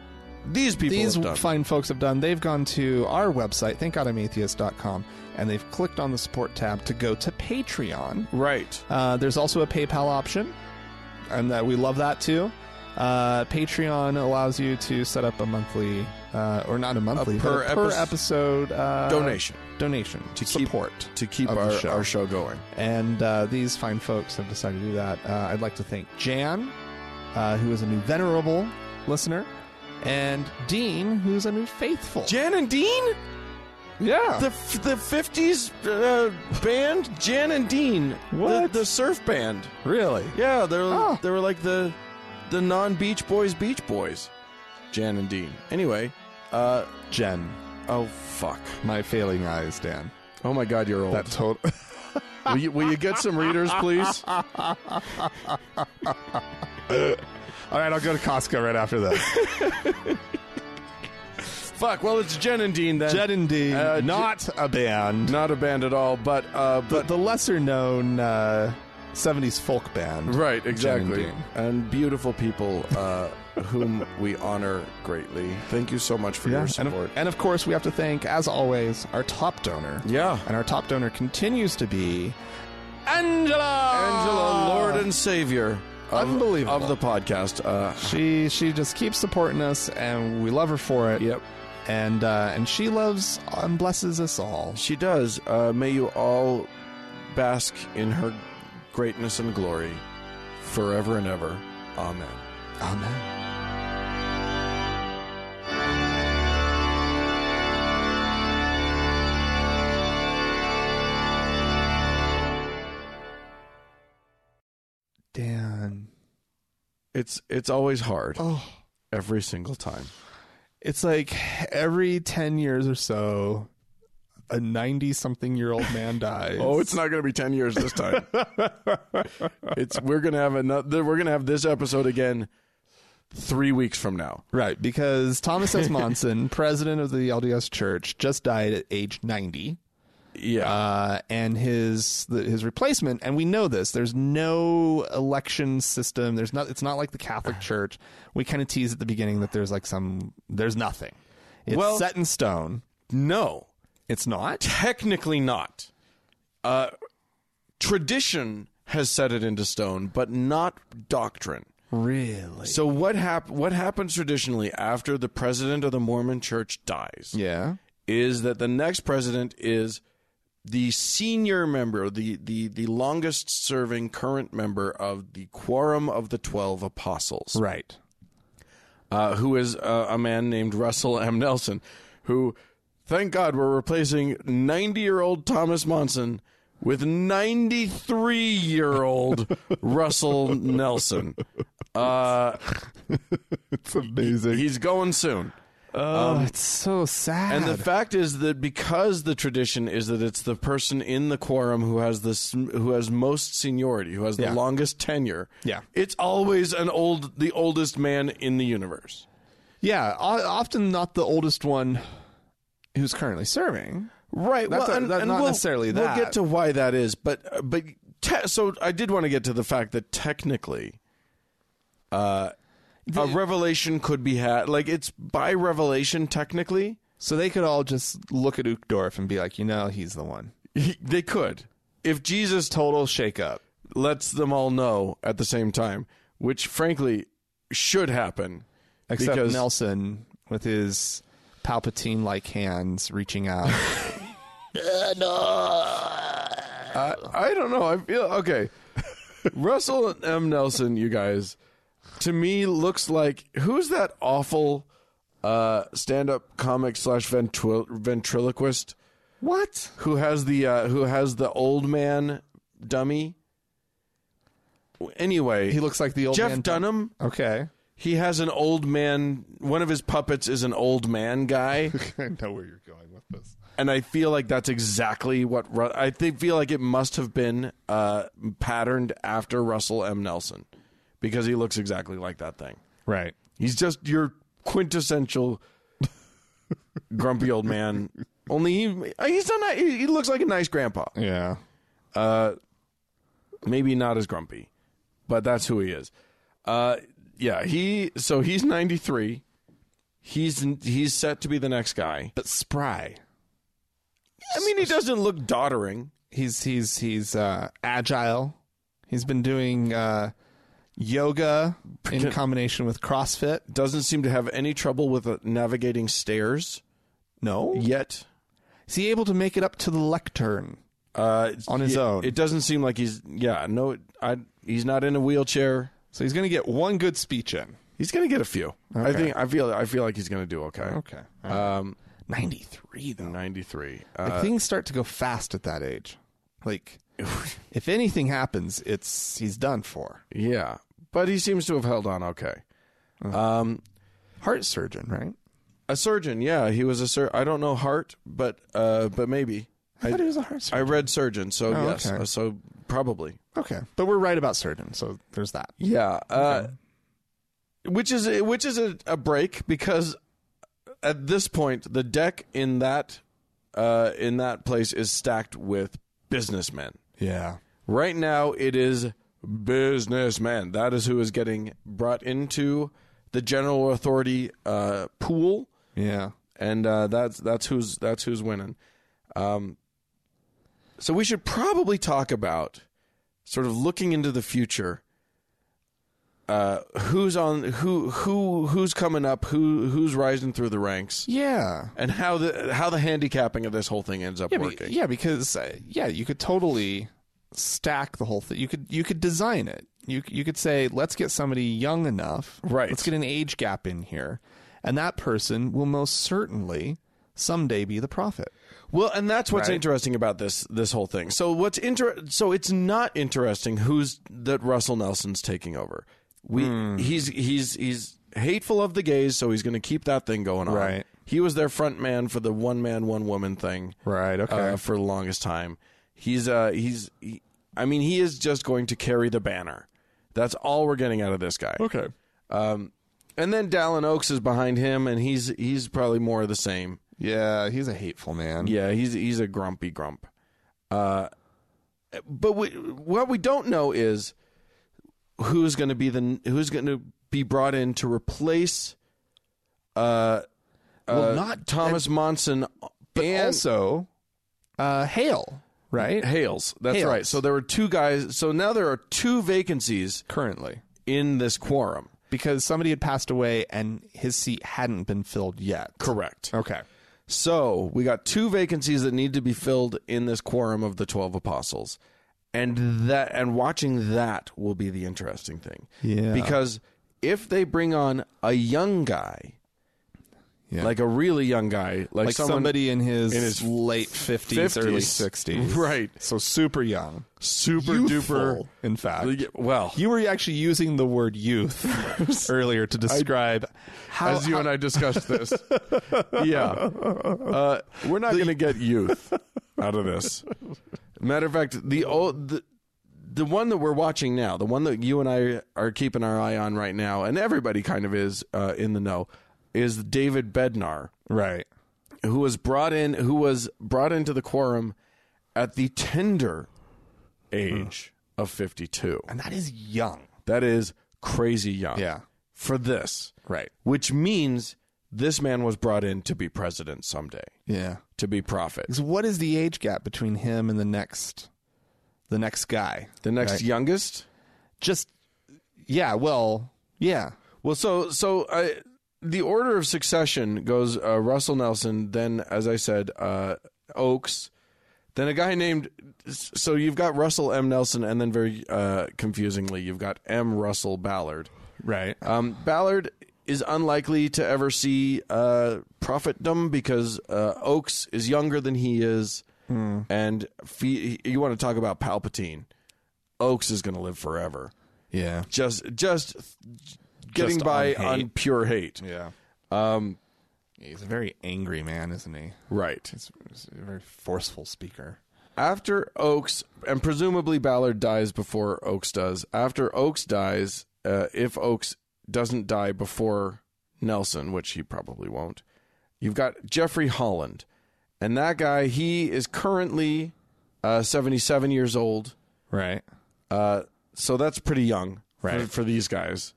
these people
these
have done.
fine folks have done they've gone to our website thankgodimatheist.com and they've clicked on the support tab to go to patreon
right.
uh, there's also a paypal option and that we love that too uh, patreon allows you to set up a monthly uh, or not a monthly but
per
a per
epis-
episode uh,
Donation
donation
to
support
keep to keep
of the
our
show.
our show going.
and uh, these fine folks have decided to do that. Uh, I'd like to thank Jan, uh, who is a new venerable listener, and Dean, who's a new faithful.
Jan and Dean.
yeah,
the f- the fifties uh, band Jan and Dean.
What?
the, the surf band?
really.
Yeah, they were
Oh.
they were like the the non Beach Boys Beach Boys. Jan and Dean. Anyway, uh,
Jen,
oh fuck.
my failing eyes, Dan.
Oh my God, you're old.
That total.
will, you, will you get some readers, please?
All right, I'll go to Costco right after this.
fuck. Well, it's Jen and Dean then.
Jen and Dean,
Uh, J-
not a band,
not a band at all, but uh,
but
but
the lesser known uh, 70s folk band.
Right,
Jen and
exactly.
Dean.
And beautiful people uh, whom we honor greatly. Thank you so much for your
And
support.
of, and of course, we have to thank, as always, our top donor.
Yeah.
And our top donor continues to be Angela.
Angela, Lord and Savior of,
Unbelievable.
of the podcast. Uh,
She she just keeps supporting us, and we love her for it.
Yep.
And uh, and she loves and blesses us all.
she does. Uh, may you all bask in her greatness and glory forever and ever. Amen.
Amen. Dan,
It's it's always hard
oh,
every single time.
it's like every ten years or so, a ninety-something-year-old man dies.
Oh, it's not going to be ten years this time. it's we're going to have another. We're going to have this episode again three weeks from now.
Right, because Thomas S. Monson, president of the LDS Church, just died at age 90.
Yeah.
Uh, and his the, his replacement, and we know this. There's no election system. There's not. It's not like the Catholic Church. We kind of tease at the beginning that there's like some. There's nothing. It's
Well-
set in stone.
no,
It's not.
technically not. Uh, tradition has set it into stone, but not doctrine.
Really?
So what hap- what happens traditionally after the president of the Mormon Church dies
Yeah.
is that the next president is the senior member, the the the longest serving current member of the Quorum of the Twelve Apostles,
Right.
uh, who is uh, a man named Russell M. Nelson, who, thank God, we're replacing 90 year old Thomas Monson with 93 year old Russell Nelson. Uh,
It's amazing.
he's going soon.
oh, it's so sad.
And the fact is that because the tradition is that it's the person in the quorum who has this who has most seniority, who has
Yeah.
the longest tenure.
Yeah.
It's always an old the oldest man in the universe.
yeah, o- often not the oldest one who's currently serving.
Right.
That's
well,
a-
and,
that's
and
not
we'll,
necessarily that.
We'll get to why that is, but but te- so I did want to get to the fact that technically, uh, a revelation could be had. Like it's by revelation, technically,
So they could all just look at Uchtdorf and be like, you know, he's the one.
they could. If Jesus
Total shakeup.
lets them all know at the same time, which frankly should happen,
Except
because
Nelson with his Palpatine like hands reaching out. Uh,
I, I don't know. I feel okay. Russell M. Nelson, you guys, to me looks like who's that awful uh, stand-up comic slash ventrilo- ventriloquist
what?
who has the uh, who has the old man dummy. Anyway,
He looks like the old
Jeff
man.
Dunham.
Okay.
He has an old man. One of his puppets is an old man guy.
I know where you're going with this.
and I feel like that's exactly what Ru- I think. Feel like it must have been uh, patterned after Russell M. Nelson because he looks exactly like that thing.
Right.
He's just your quintessential grumpy old man. Only he, he's a ni- he he looks like a nice grandpa.
Yeah.
Maybe not as grumpy, but that's who he is. Uh, yeah, he. So he's ninety three. He's he's set to be the next guy.
But spry.
I mean, he doesn't look doddering.
He's he's he's uh agile. He's been doing uh yoga in combination with CrossFit.
doesn't seem to have any trouble with uh, navigating stairs
No.
yet.
Is he able to make it up to the lectern?
Uh,
On his
it-
own.
it doesn't seem like he's yeah. No, I, he's not in a wheelchair.
So he's gonna get one good speech in.
He's gonna get a few. I
Okay.
think I feel I feel like he's gonna do okay.
Okay.
Um,
Ninety three though.
ninety three.
Like things start to go fast at that age. Like if anything happens, it's he's done for.
yeah, but he seems to have held on okay. Um,
Uh-huh. Heart surgeon, right?
a surgeon. Yeah, he was a sur. I don't know heart, but uh, but maybe.
I, thought he was a heart
I
surgeon.
read surgeon, so
Oh,
yes,
okay.
uh, so probably.
okay, but we're right about surgeon, so there's that.
Yeah, uh, which is which is a, a break because at this point the deck in that uh, in that place is stacked with businessmen
Yeah,
Right now, it is businessman. That is who is getting brought into the general authority uh, pool,
Yeah.
and uh, that's that's who's that's who's winning. Um, so we should probably talk about sort of looking into the future. Uh, who's on who who who's coming up? Who who's rising through the ranks?
Yeah.
And how the how the handicapping of this whole thing ends up
Yeah,
working?
be- yeah, because uh, yeah, you could totally stack the whole thing. You could you could design it. You c- you could say, let's get somebody young enough.
Right.
Let's get an age gap in here, and that person will most certainly someday be the prophet.
Well, and that's what's
Right.
interesting about this this whole thing. So what's inter so it's not interesting who's that Russell Nelson's taking over. We
Hmm.
he's he's he's hateful of the gays, so he's going to keep that thing going on.
Right.
He was their front man for the one man one woman thing.
Right, okay.
Uh, for the longest time. He's uh he's he, I mean he is just going to carry the banner. That's all we're getting out of this guy.
Okay.
Um and then Dallin Oaks is behind him and he's he's probably more of the same.
Yeah, he's a hateful man.
Yeah, he's he's a grumpy grump. Uh, but we, what we don't know is who's going to be the who's going to be brought in to replace uh,
Well,
uh,
not-
Thomas Monson,
But
and Mm-hmm.
also, uh, Hale, right?
Hales. That's
Hales.
right. So there were two guys. So now there are two vacancies
Currently,
in this quorum.
because somebody had passed away and his seat hadn't been filled yet.
Correct.
Okay.
So we got two vacancies that need to be filled in this quorum of the twelve apostles, and that and watching that will be the interesting thing.
Yeah.
because if they bring on a young guy,
Yeah.
like a really young guy, like,
Like
someone
somebody in his,
in his
late 50s, early
50s.
60s.
Right.
So super young.
super
Youthful,
duper,
in fact.
well,
You were actually using the word youth earlier to describe how.
as you and I discussed this, yeah, uh, we're not going to get youth out of this. Matter of fact, the old the, the one that we're watching now, the one that you and I are keeping our eye on right now, and everybody kind of is uh, in the know, is David Bednar,
right.
who was brought in, who was brought into the quorum at the tender age of fifty-two.
And that is young.
That is crazy young.
Yeah.
For this.
Right.
Which means this man was brought in to be president someday,
Yeah.
to be prophet.
Because what is the age gap between him and the next, the next guy?
The next
Right.
youngest?
Just, yeah. Well, yeah.
Well, so so I the order of succession goes uh, Russell Nelson, then as I said, uh, Oakes, then a guy named so you've got Russell M. Nelson, and then very uh, confusingly you've got M. Russell Ballard.
Right.
Um, Ballard is unlikely to ever see uh, prophetdom because uh, Oakes is younger than he is, and fe- you want to talk about Palpatine. Oakes is going to live forever,
yeah.
just just getting
Just
by
on
on,
hate.
pure hate.
Yeah. Um, he's a very angry man, isn't he?
Right
He's, he's a very forceful speaker.
after Oakes, and presumably Ballard dies before Oakes does. After Oakes dies, uh, if Oakes doesn't die before Nelson, which he probably won't, you've got Jeffrey Holland, and that guy he is currently uh, seventy-seven years old.
Right.
Uh, so that's pretty young for,
Right.
for these guys.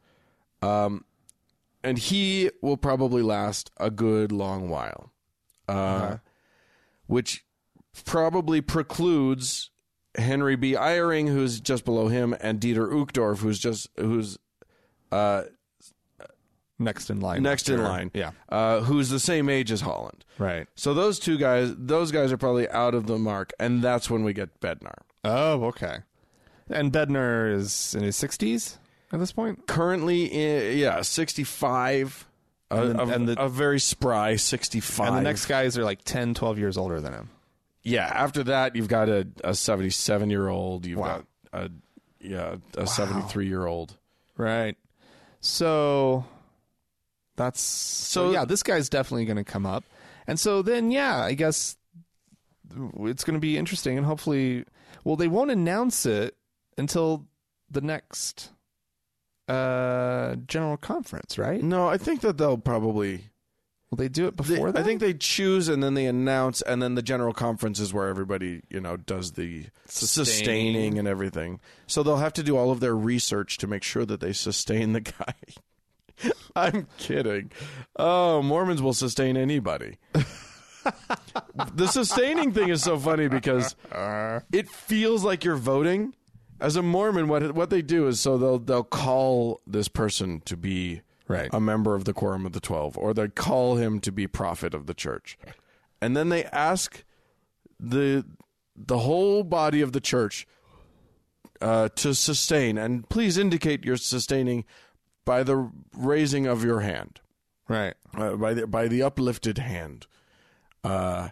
Um, and he will probably last a good long while, uh, which probably precludes Henry B. Eyring, who's just below him, and Dieter Uchtdorf, who's just who's uh,
Next in line.
next in line,
Yeah.
uh, who's the same age as Holland.
Right.
So those two guys, those guys are probably out of the mark, and that's when we get Bednar.
Oh, okay. And Bednar is in his 60s at this point?
currently in, yeah 65
And the-
a, a-
and the-
a very spry 65
And the next guys are like 10, 12 years older than him.
yeah after that you've got a, a 77 year old you've
Wow.
got a yeah a 73 year old
Right. So that's so,
So-
yeah, this guy's definitely going to come up. And so then yeah, I guess it's going to be interesting and hopefully well they won't announce it until the next uh general conference, right?
no i think that they'll probably
Well, they do it
They-
before that.
I think they choose and then they announce, and then the general conference is where everybody, you know, does the
Sustain.
sustaining and everything. So they'll have to do all of their research to make sure that they sustain the guy. I'm kidding. Oh, Mormons will sustain anybody. the sustaining thing is so funny because it feels like you're voting. As a Mormon, what what they do is so they'll they'll call this person to be
Right.
a member of the Quorum of the Twelve, or they call him to be prophet of the church, and then they ask the the whole body of the church uh, to sustain and please indicate your sustaining by the raising of your hand
right.
uh, by the by the uplifted hand. Uh,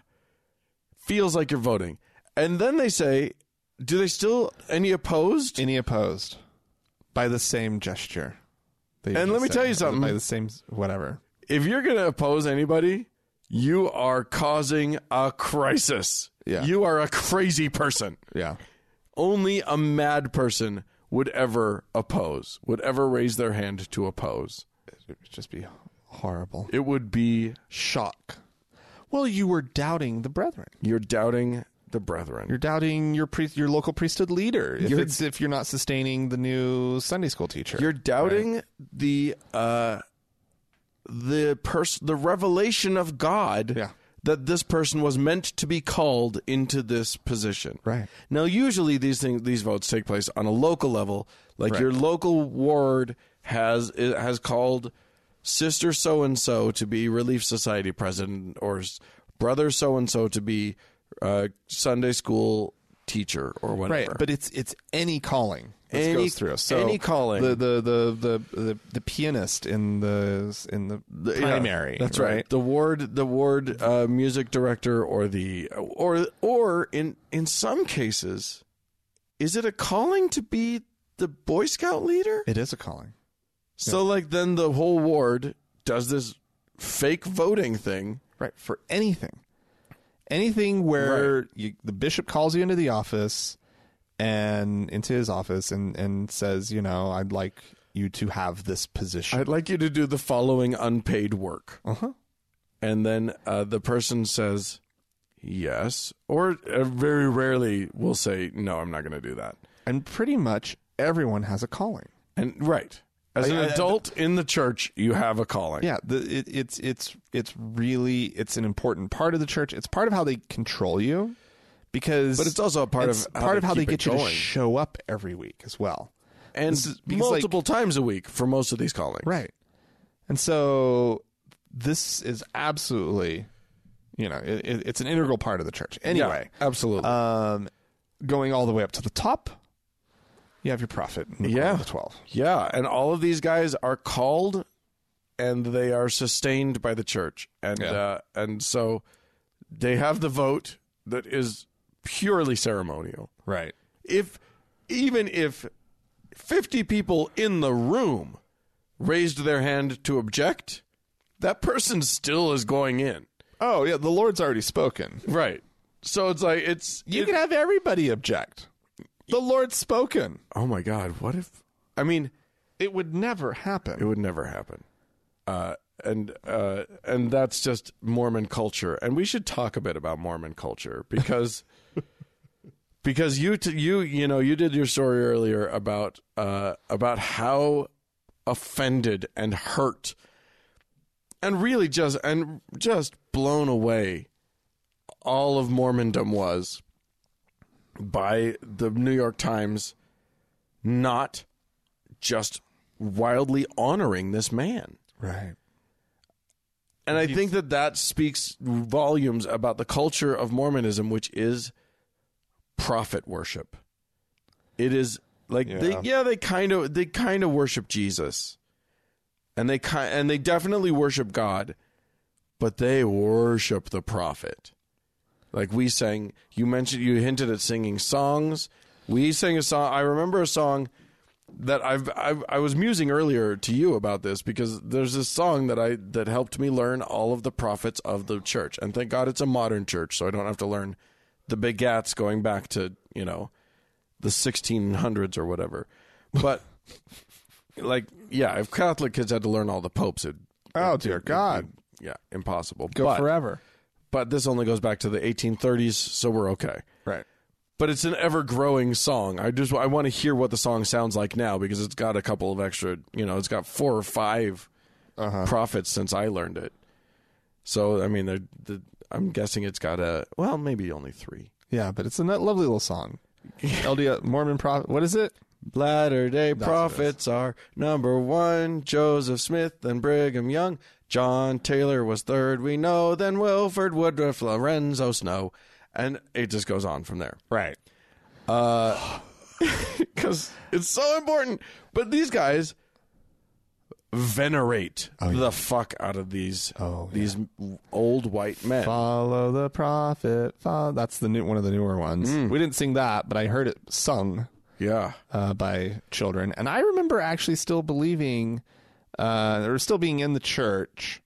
feels like you're voting, and then they say, "Do they still any opposed?"
Any opposed by the same gesture. They
And let me
usually
tell you
or
something.
By the same s- whatever.
if you're going to oppose anybody, you are causing a crisis.
Yeah.
you are a crazy person.
Yeah.
Only a mad person would ever oppose, would ever raise their hand to oppose.
It would just be horrible.
It would be
Shock. Well, you were doubting the brethren.
you're doubting the brethren.
You're doubting your priest, your local priesthood leader. If
You're-
it's if you're not sustaining the new Sunday school teacher,
You're doubting the uh, the person, the revelation of God
Yeah.
that this person was meant to be called into this position.
Right.
Now, usually these things, these votes take place on a local level. Like
Right.
your local ward has i- has called sister so and so to be relief society president, or s- brother so and so to be uh, Sunday school teacher, or
right.
whatever.
But it's it's any calling that
Any-
goes through. So
any calling.
The the, the the the the pianist in the in the,
Yeah,
primary.
that's right. The ward, the ward uh, music director, or the or or in in some cases, is it a calling to be the Boy Scout leader?
It is a calling.
so like then the whole ward does this fake voting thing.
Right. For anything. Anything where you, the bishop calls you into the office and into his office and, and says, you know, I'd like you to have this position.
I'd like you to do the following unpaid work. And then uh, the person says yes, or uh, very rarely will say no. I'm not going to do that.
and pretty much everyone has a calling.
And right. As an
I- I-
adult in the church, you have a calling.
Yeah, the, it, it's it's it's really it's an important part of the church. It's part of how they control you, because
But it's also a part
it's
of how
part
they
of how they
keep it
get you to
going.
show up every week as well.
and
This is- because, like-
multiple times a week for most of these callings.
Right. And so this is absolutely, you know, it, it- it's an integral part of the church. Anyway,
Yeah, absolutely.
um, going all the way up to the top, you have your prophet. in the Quorum
Yeah.
of the twelve.
yeah, and all of these guys are called, and they are sustained by the church, and
Yeah.
uh, and so they have the vote that is purely ceremonial.
Right.
If even if fifty people in the room raised their hand to object, that person still is going in.
Oh yeah, the Lord's already spoken.
Right. So it's like it's
You
it-
can have everybody object. The Lord's spoken.
Oh my God! What if? I mean,
It would never
it
happen.
would never happen. Uh, and uh, and that's just Mormon culture. And we should talk a bit about Mormon culture because because you t- you you know you did your story earlier about uh, about how offended and hurt and really just and just blown away all of Mormondom was by the New York Times not just wildly honoring this man.
Right.
And I think that that speaks volumes about the culture of Mormonism, which is prophet worship. It is like they
Yeah.
yeah they kind of they kind of worship Jesus, and they kind and they definitely worship God, but they worship the prophet. Like we sang, you mentioned you hinted at singing songs. We sang a song. I remember a song that I've, I've I was musing earlier to you about this because there's this song that I that helped me learn all of the prophets of the church, and thank God it's a modern church, so I don't have to learn the begats going back to you know the 1600s or whatever. But like, yeah, if Catholic kids had to learn all the popes, it
Oh dear God.
it- yeah, impossible.
Go
but,
forever.
But this only goes back to the 1830s, so we're okay.
Right.
But it's an ever growing song. I just I want to hear what the song sounds like now because it's got a couple of extra. You know, it's got four or 5 prophets since I learned it. So I mean, they're, the I'm guessing it's got a well, maybe only three.
Yeah, but it's a n- lovely little song. LDS Mormon prophet. What is it?
Latter day
what it is.
prophets are number one Joseph Smith and Brigham Young. John Taylor was third, we know. Then Wilford Woodruff, Lorenzo Snow. And it just goes on from there.
Right.
Because it's so important. But these guys venerate
Oh,
the fuck out of these these old white men.
Follow the prophet. Follow. That's the new one of the newer ones.
Mm.
We didn't sing that, but I heard it sung
Yeah.
uh, by children, and I remember actually still believing, uh, or still being in the church.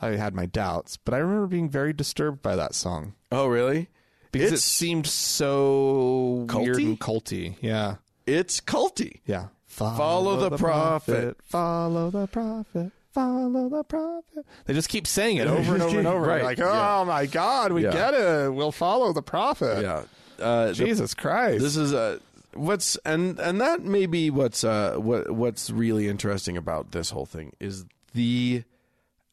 I had my doubts, but I remember being very disturbed by that song
Oh, really?
because it
It's-
seemed so weird
Culty?
and culty. Yeah,
It's culty.
yeah. Follow,
the prophet.
Follow the prophet. Follow the prophet. They just keep saying it over and over and over.
Right,
Like, oh
yeah.
my God, we
Yeah.
get it. We'll follow the prophet.
Yeah. Uh, the
Jesus Christ.
This is a what's and and that may be what's uh what what's really interesting about this whole thing is the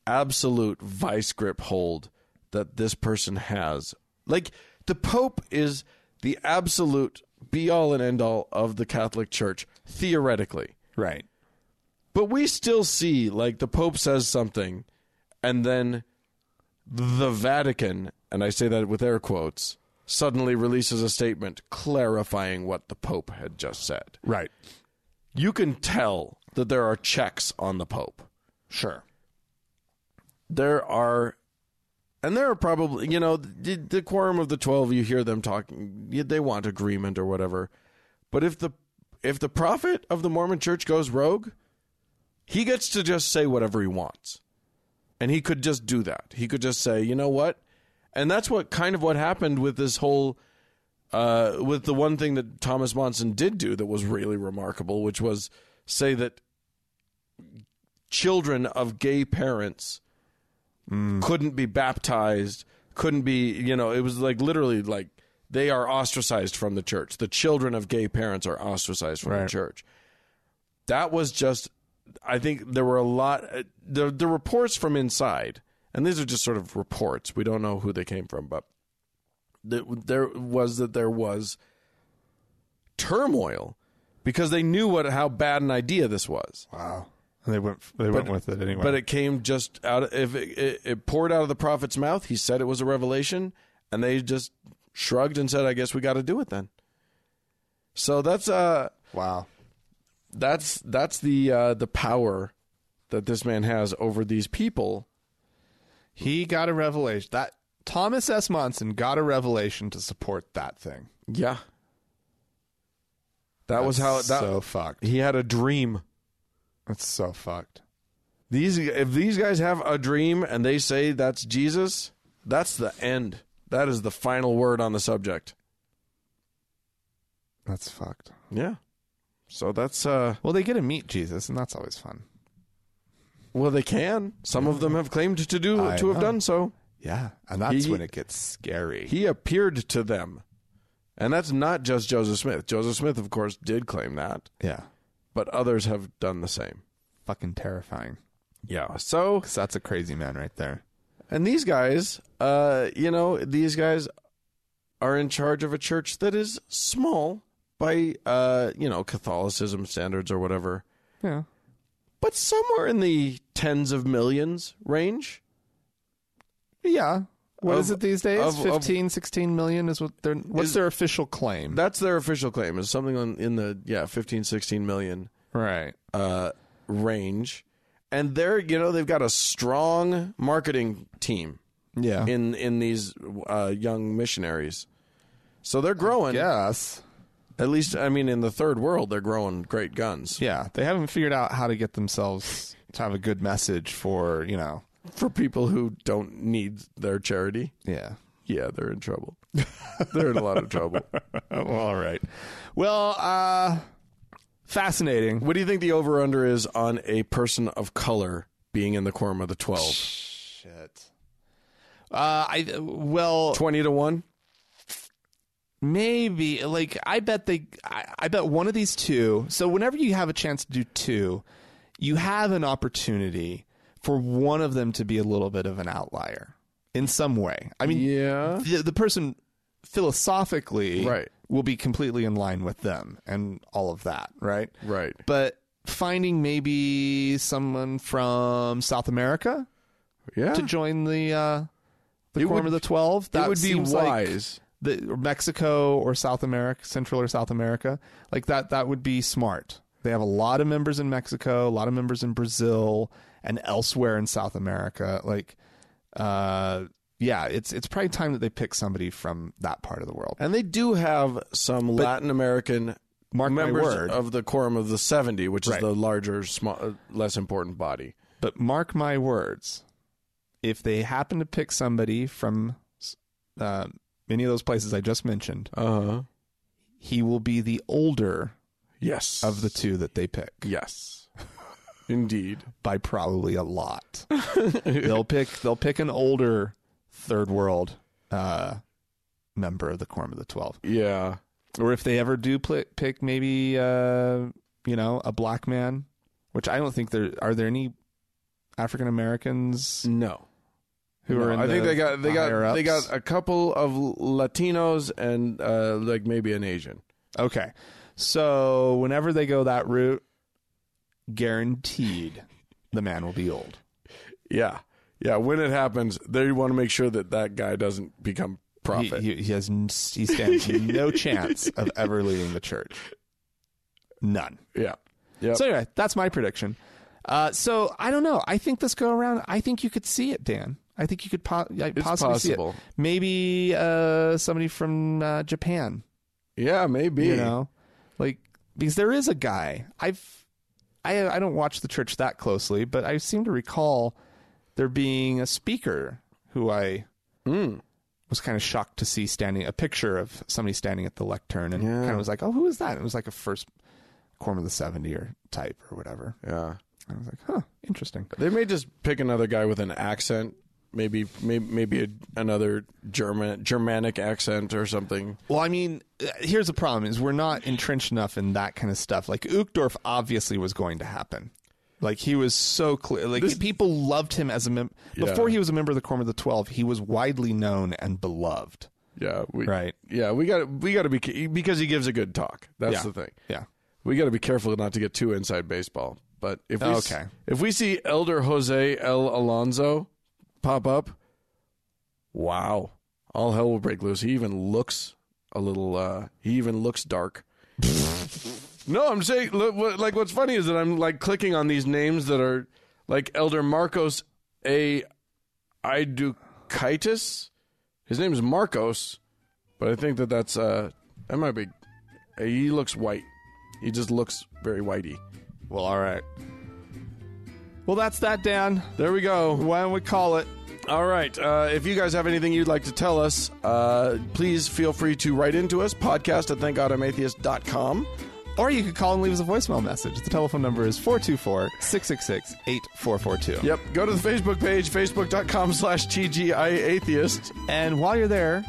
absolute vice grip hold that this person has. Like the Pope is the absolute be all and end all of the Catholic Church theoretically.
right.
But we still see like the Pope says something and then the Vatican, and I say that with air quotes, suddenly releases a statement clarifying what the Pope had just said.
Right.
You can tell that there are checks on the Pope.
Sure.
There are and there are probably, you know, the, the quorum of the 12, you hear them talking, yeah, they want agreement or whatever. But if the if the prophet of the Mormon church goes rogue, he gets to just say whatever he wants. And he could just do that. He could just say, "You know what?" And that's what kind of what happened with this whole uh with the one thing that Thomas Monson did do that was really remarkable, which was say that children of gay parents couldn't be baptized, couldn't be, you know, it was like literally like they are ostracized from the church. The children of gay parents are ostracized from the
Right.
church. That was just, I think there were a lot, uh, the, the reports from inside, and these are just sort of reports. We don't know who they came from, but th- there was that there was turmoil because they knew what how bad an idea this was.
Wow. And they went. They went with it anyway.
But it came just out. Of, if it, it, it poured out of the prophet's mouth, he said it was a revelation, and they just shrugged and said, "I guess we got to do it then." So that's uh,
wow.
that's that's the uh, the power that this man has over these people.
He got a revelation. That Thomas S. Monson got a revelation to support that thing.
Yeah, that was how
That's
that
so fucked.
he had a dream.
That's so fucked.
These if these guys have a dream and they say that's Jesus, that's the end. That is the final word on the subject.
That's fucked.
Yeah. So that's uh
Well, they get to meet Jesus, and that's always fun.
Well, they can. Some of them have claimed to do
I
to have
know.
done so.
Yeah, and that's
He-
when it gets scary.
He appeared to them, and that's not just Joseph Smith. Joseph Smith, of course, did claim that,
yeah,
but others have done the same.
fucking terrifying.
Yeah. So,
Because that's a crazy man right there.
and these guys, uh, you know, these guys are in charge of a church that is small by, uh, you know, Catholicism standards or whatever,
Yeah,
but somewhere in the tens of millions range.
yeah. What
Of-
is it these days?
of- of-
Fifteen, sixteen million 15, 16 million is what their what's
Is-
their official claim?
That's their official claim. Is something on, in the yeah 15, 16 million.
right.
uh, range, and they're you know they've got a strong marketing team
Yeah.
in in these uh, young missionaries, so they're growing.
yes.
At least I mean in the third world they're growing great guns
Yeah, they haven't figured out how to get themselves to have a good message for you know.
for people who don't need their charity.
Yeah.
Yeah, they're in trouble. they're in a lot of trouble.
Oh, all right. Well, uh, fascinating.
What do you think the over under is on a person of color being in the quorum of the twelve?
Shit. Uh, I well,
Twenty to one.
maybe like I bet they. I, I bet one of these two. So whenever you have a chance to do two, you have an opportunity for one of them to be a little bit of an outlier in some way. I mean,
Yeah.
the, the person philosophically
Right.
will be completely in line with them and all of that, right?
Right.
But finding maybe someone from South America
Yeah.
to join the uh, the
It
quorum
would-
of the twelve, that
it would be
seems like
wise.
the, or Mexico or South America, Central or South America, like that. That would be smart. They have a lot of members in Mexico, a lot of members in Brazil, and elsewhere in South America. Like, uh, yeah, it's it's probably time that they pick somebody from that part of the world.
and they do have some Latin American
Mark my
members
word.
of the Quorum of the Seventy, which
Right.
is the larger, small, uh, less important body.
But mark my words, if they happen to pick somebody from uh, any of those places I just mentioned,
Uh huh.
he will be the older
Yes.
of the two that they pick
Yes. Indeed.
by probably a lot. they'll pick they'll pick an older third world uh, member of the quorum of the twelve,
Yeah.
or if they ever do pl- pick maybe uh, you know a black man, which I don't think there are there any African Americans
No.
who are. In
I think
the-
they got they
the
got
higher-ups?
they got a couple of Latinos and uh, like maybe an Asian.
Okay. So whenever they go that route, guaranteed the man will be old.
Yeah. Yeah. When it happens, they want to make sure that that guy doesn't become
He,
prophet.
he, he has n- he stands no chance of ever leaving the church. None.
yeah. Yeah.
So anyway, that's my prediction. Uh, so I don't know. I think this go around. I think you could see it, Dan. I think you could po- like,
It's
possibly
possible.
see it. Maybe uh, somebody from uh, Japan.
yeah. Maybe.
you know like because there is a guy i've i i don't watch the church that closely but i seem to recall there being a speaker who i was kind of shocked to see standing a picture of somebody standing at the lectern and kind of was like oh who is that and it was like a first quorum of the 70 or type or whatever
Yeah.
i was like huh interesting
They may just pick another guy with an accent. Maybe, maybe, maybe a, another German Germanic accent or something.
Well, I mean, uh, here's the problem: is we're not entrenched enough in that kind of stuff. Like Uchtdorf obviously was going to happen. Like he was so clear. Like people loved him as a mem- before he was a member of the Quorum of the Twelve. He was widely known and beloved.
Yeah, we,
Right.
Yeah, we got we got to be ca- because he gives a good talk. That's
Yeah.
the thing.
Yeah.
We got to be careful not to get too inside baseball. But if we s-
Okay.
if we see Elder Jose L Alonso pop up, wow, all hell will break loose. He even looks a little. uh He even looks dark. no, I'm saying look, what, like what's funny is that I'm like clicking on these names that are like Elder Marcos A Idukitis. His name is Marcos, but I think that that's uh that might be. He looks white. He just looks very whitey.
Well, all right. Well, that's that, Dan.
There we go.
Why don't we call it?
All right. Uh, if you guys have anything you'd like to tell us, uh, please feel free to write into us, podcast at thankgodimatheist.com.
Or you could call and leave us a voicemail message. The telephone number is 424 666 8442.
Yep. Go to the Facebook page, facebook.com slash TGIAtheist.
And while you're there,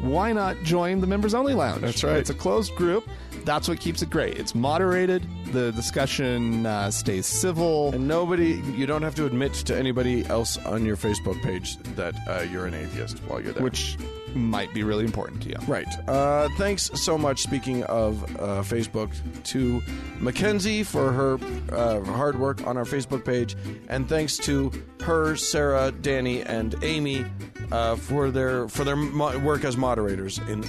why not join the members only lounge?
That's right.
It's a closed group. That's what keeps it great. It's moderated. The discussion uh, stays civil.
And nobody, you don't have to admit to anybody else on your Facebook page that uh, you're an atheist while you're there.
which might be really important to you.
Right. Uh, thanks so much. Speaking of uh, Facebook, to Mackenzie for her uh, hard work on our Facebook page, and thanks to her, Sarah, Danny, and Amy uh, for their for their mo- work as moderators in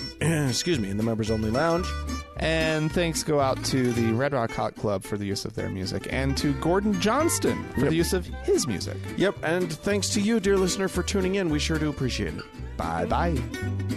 excuse me in the members only lounge.
And thanks go out to the Red Rock Hot Club for the use of their music and to Gordon Johnston for the use of his music.
Yep. And thanks to you, dear listener, for tuning in. We sure do appreciate it.
Bye bye.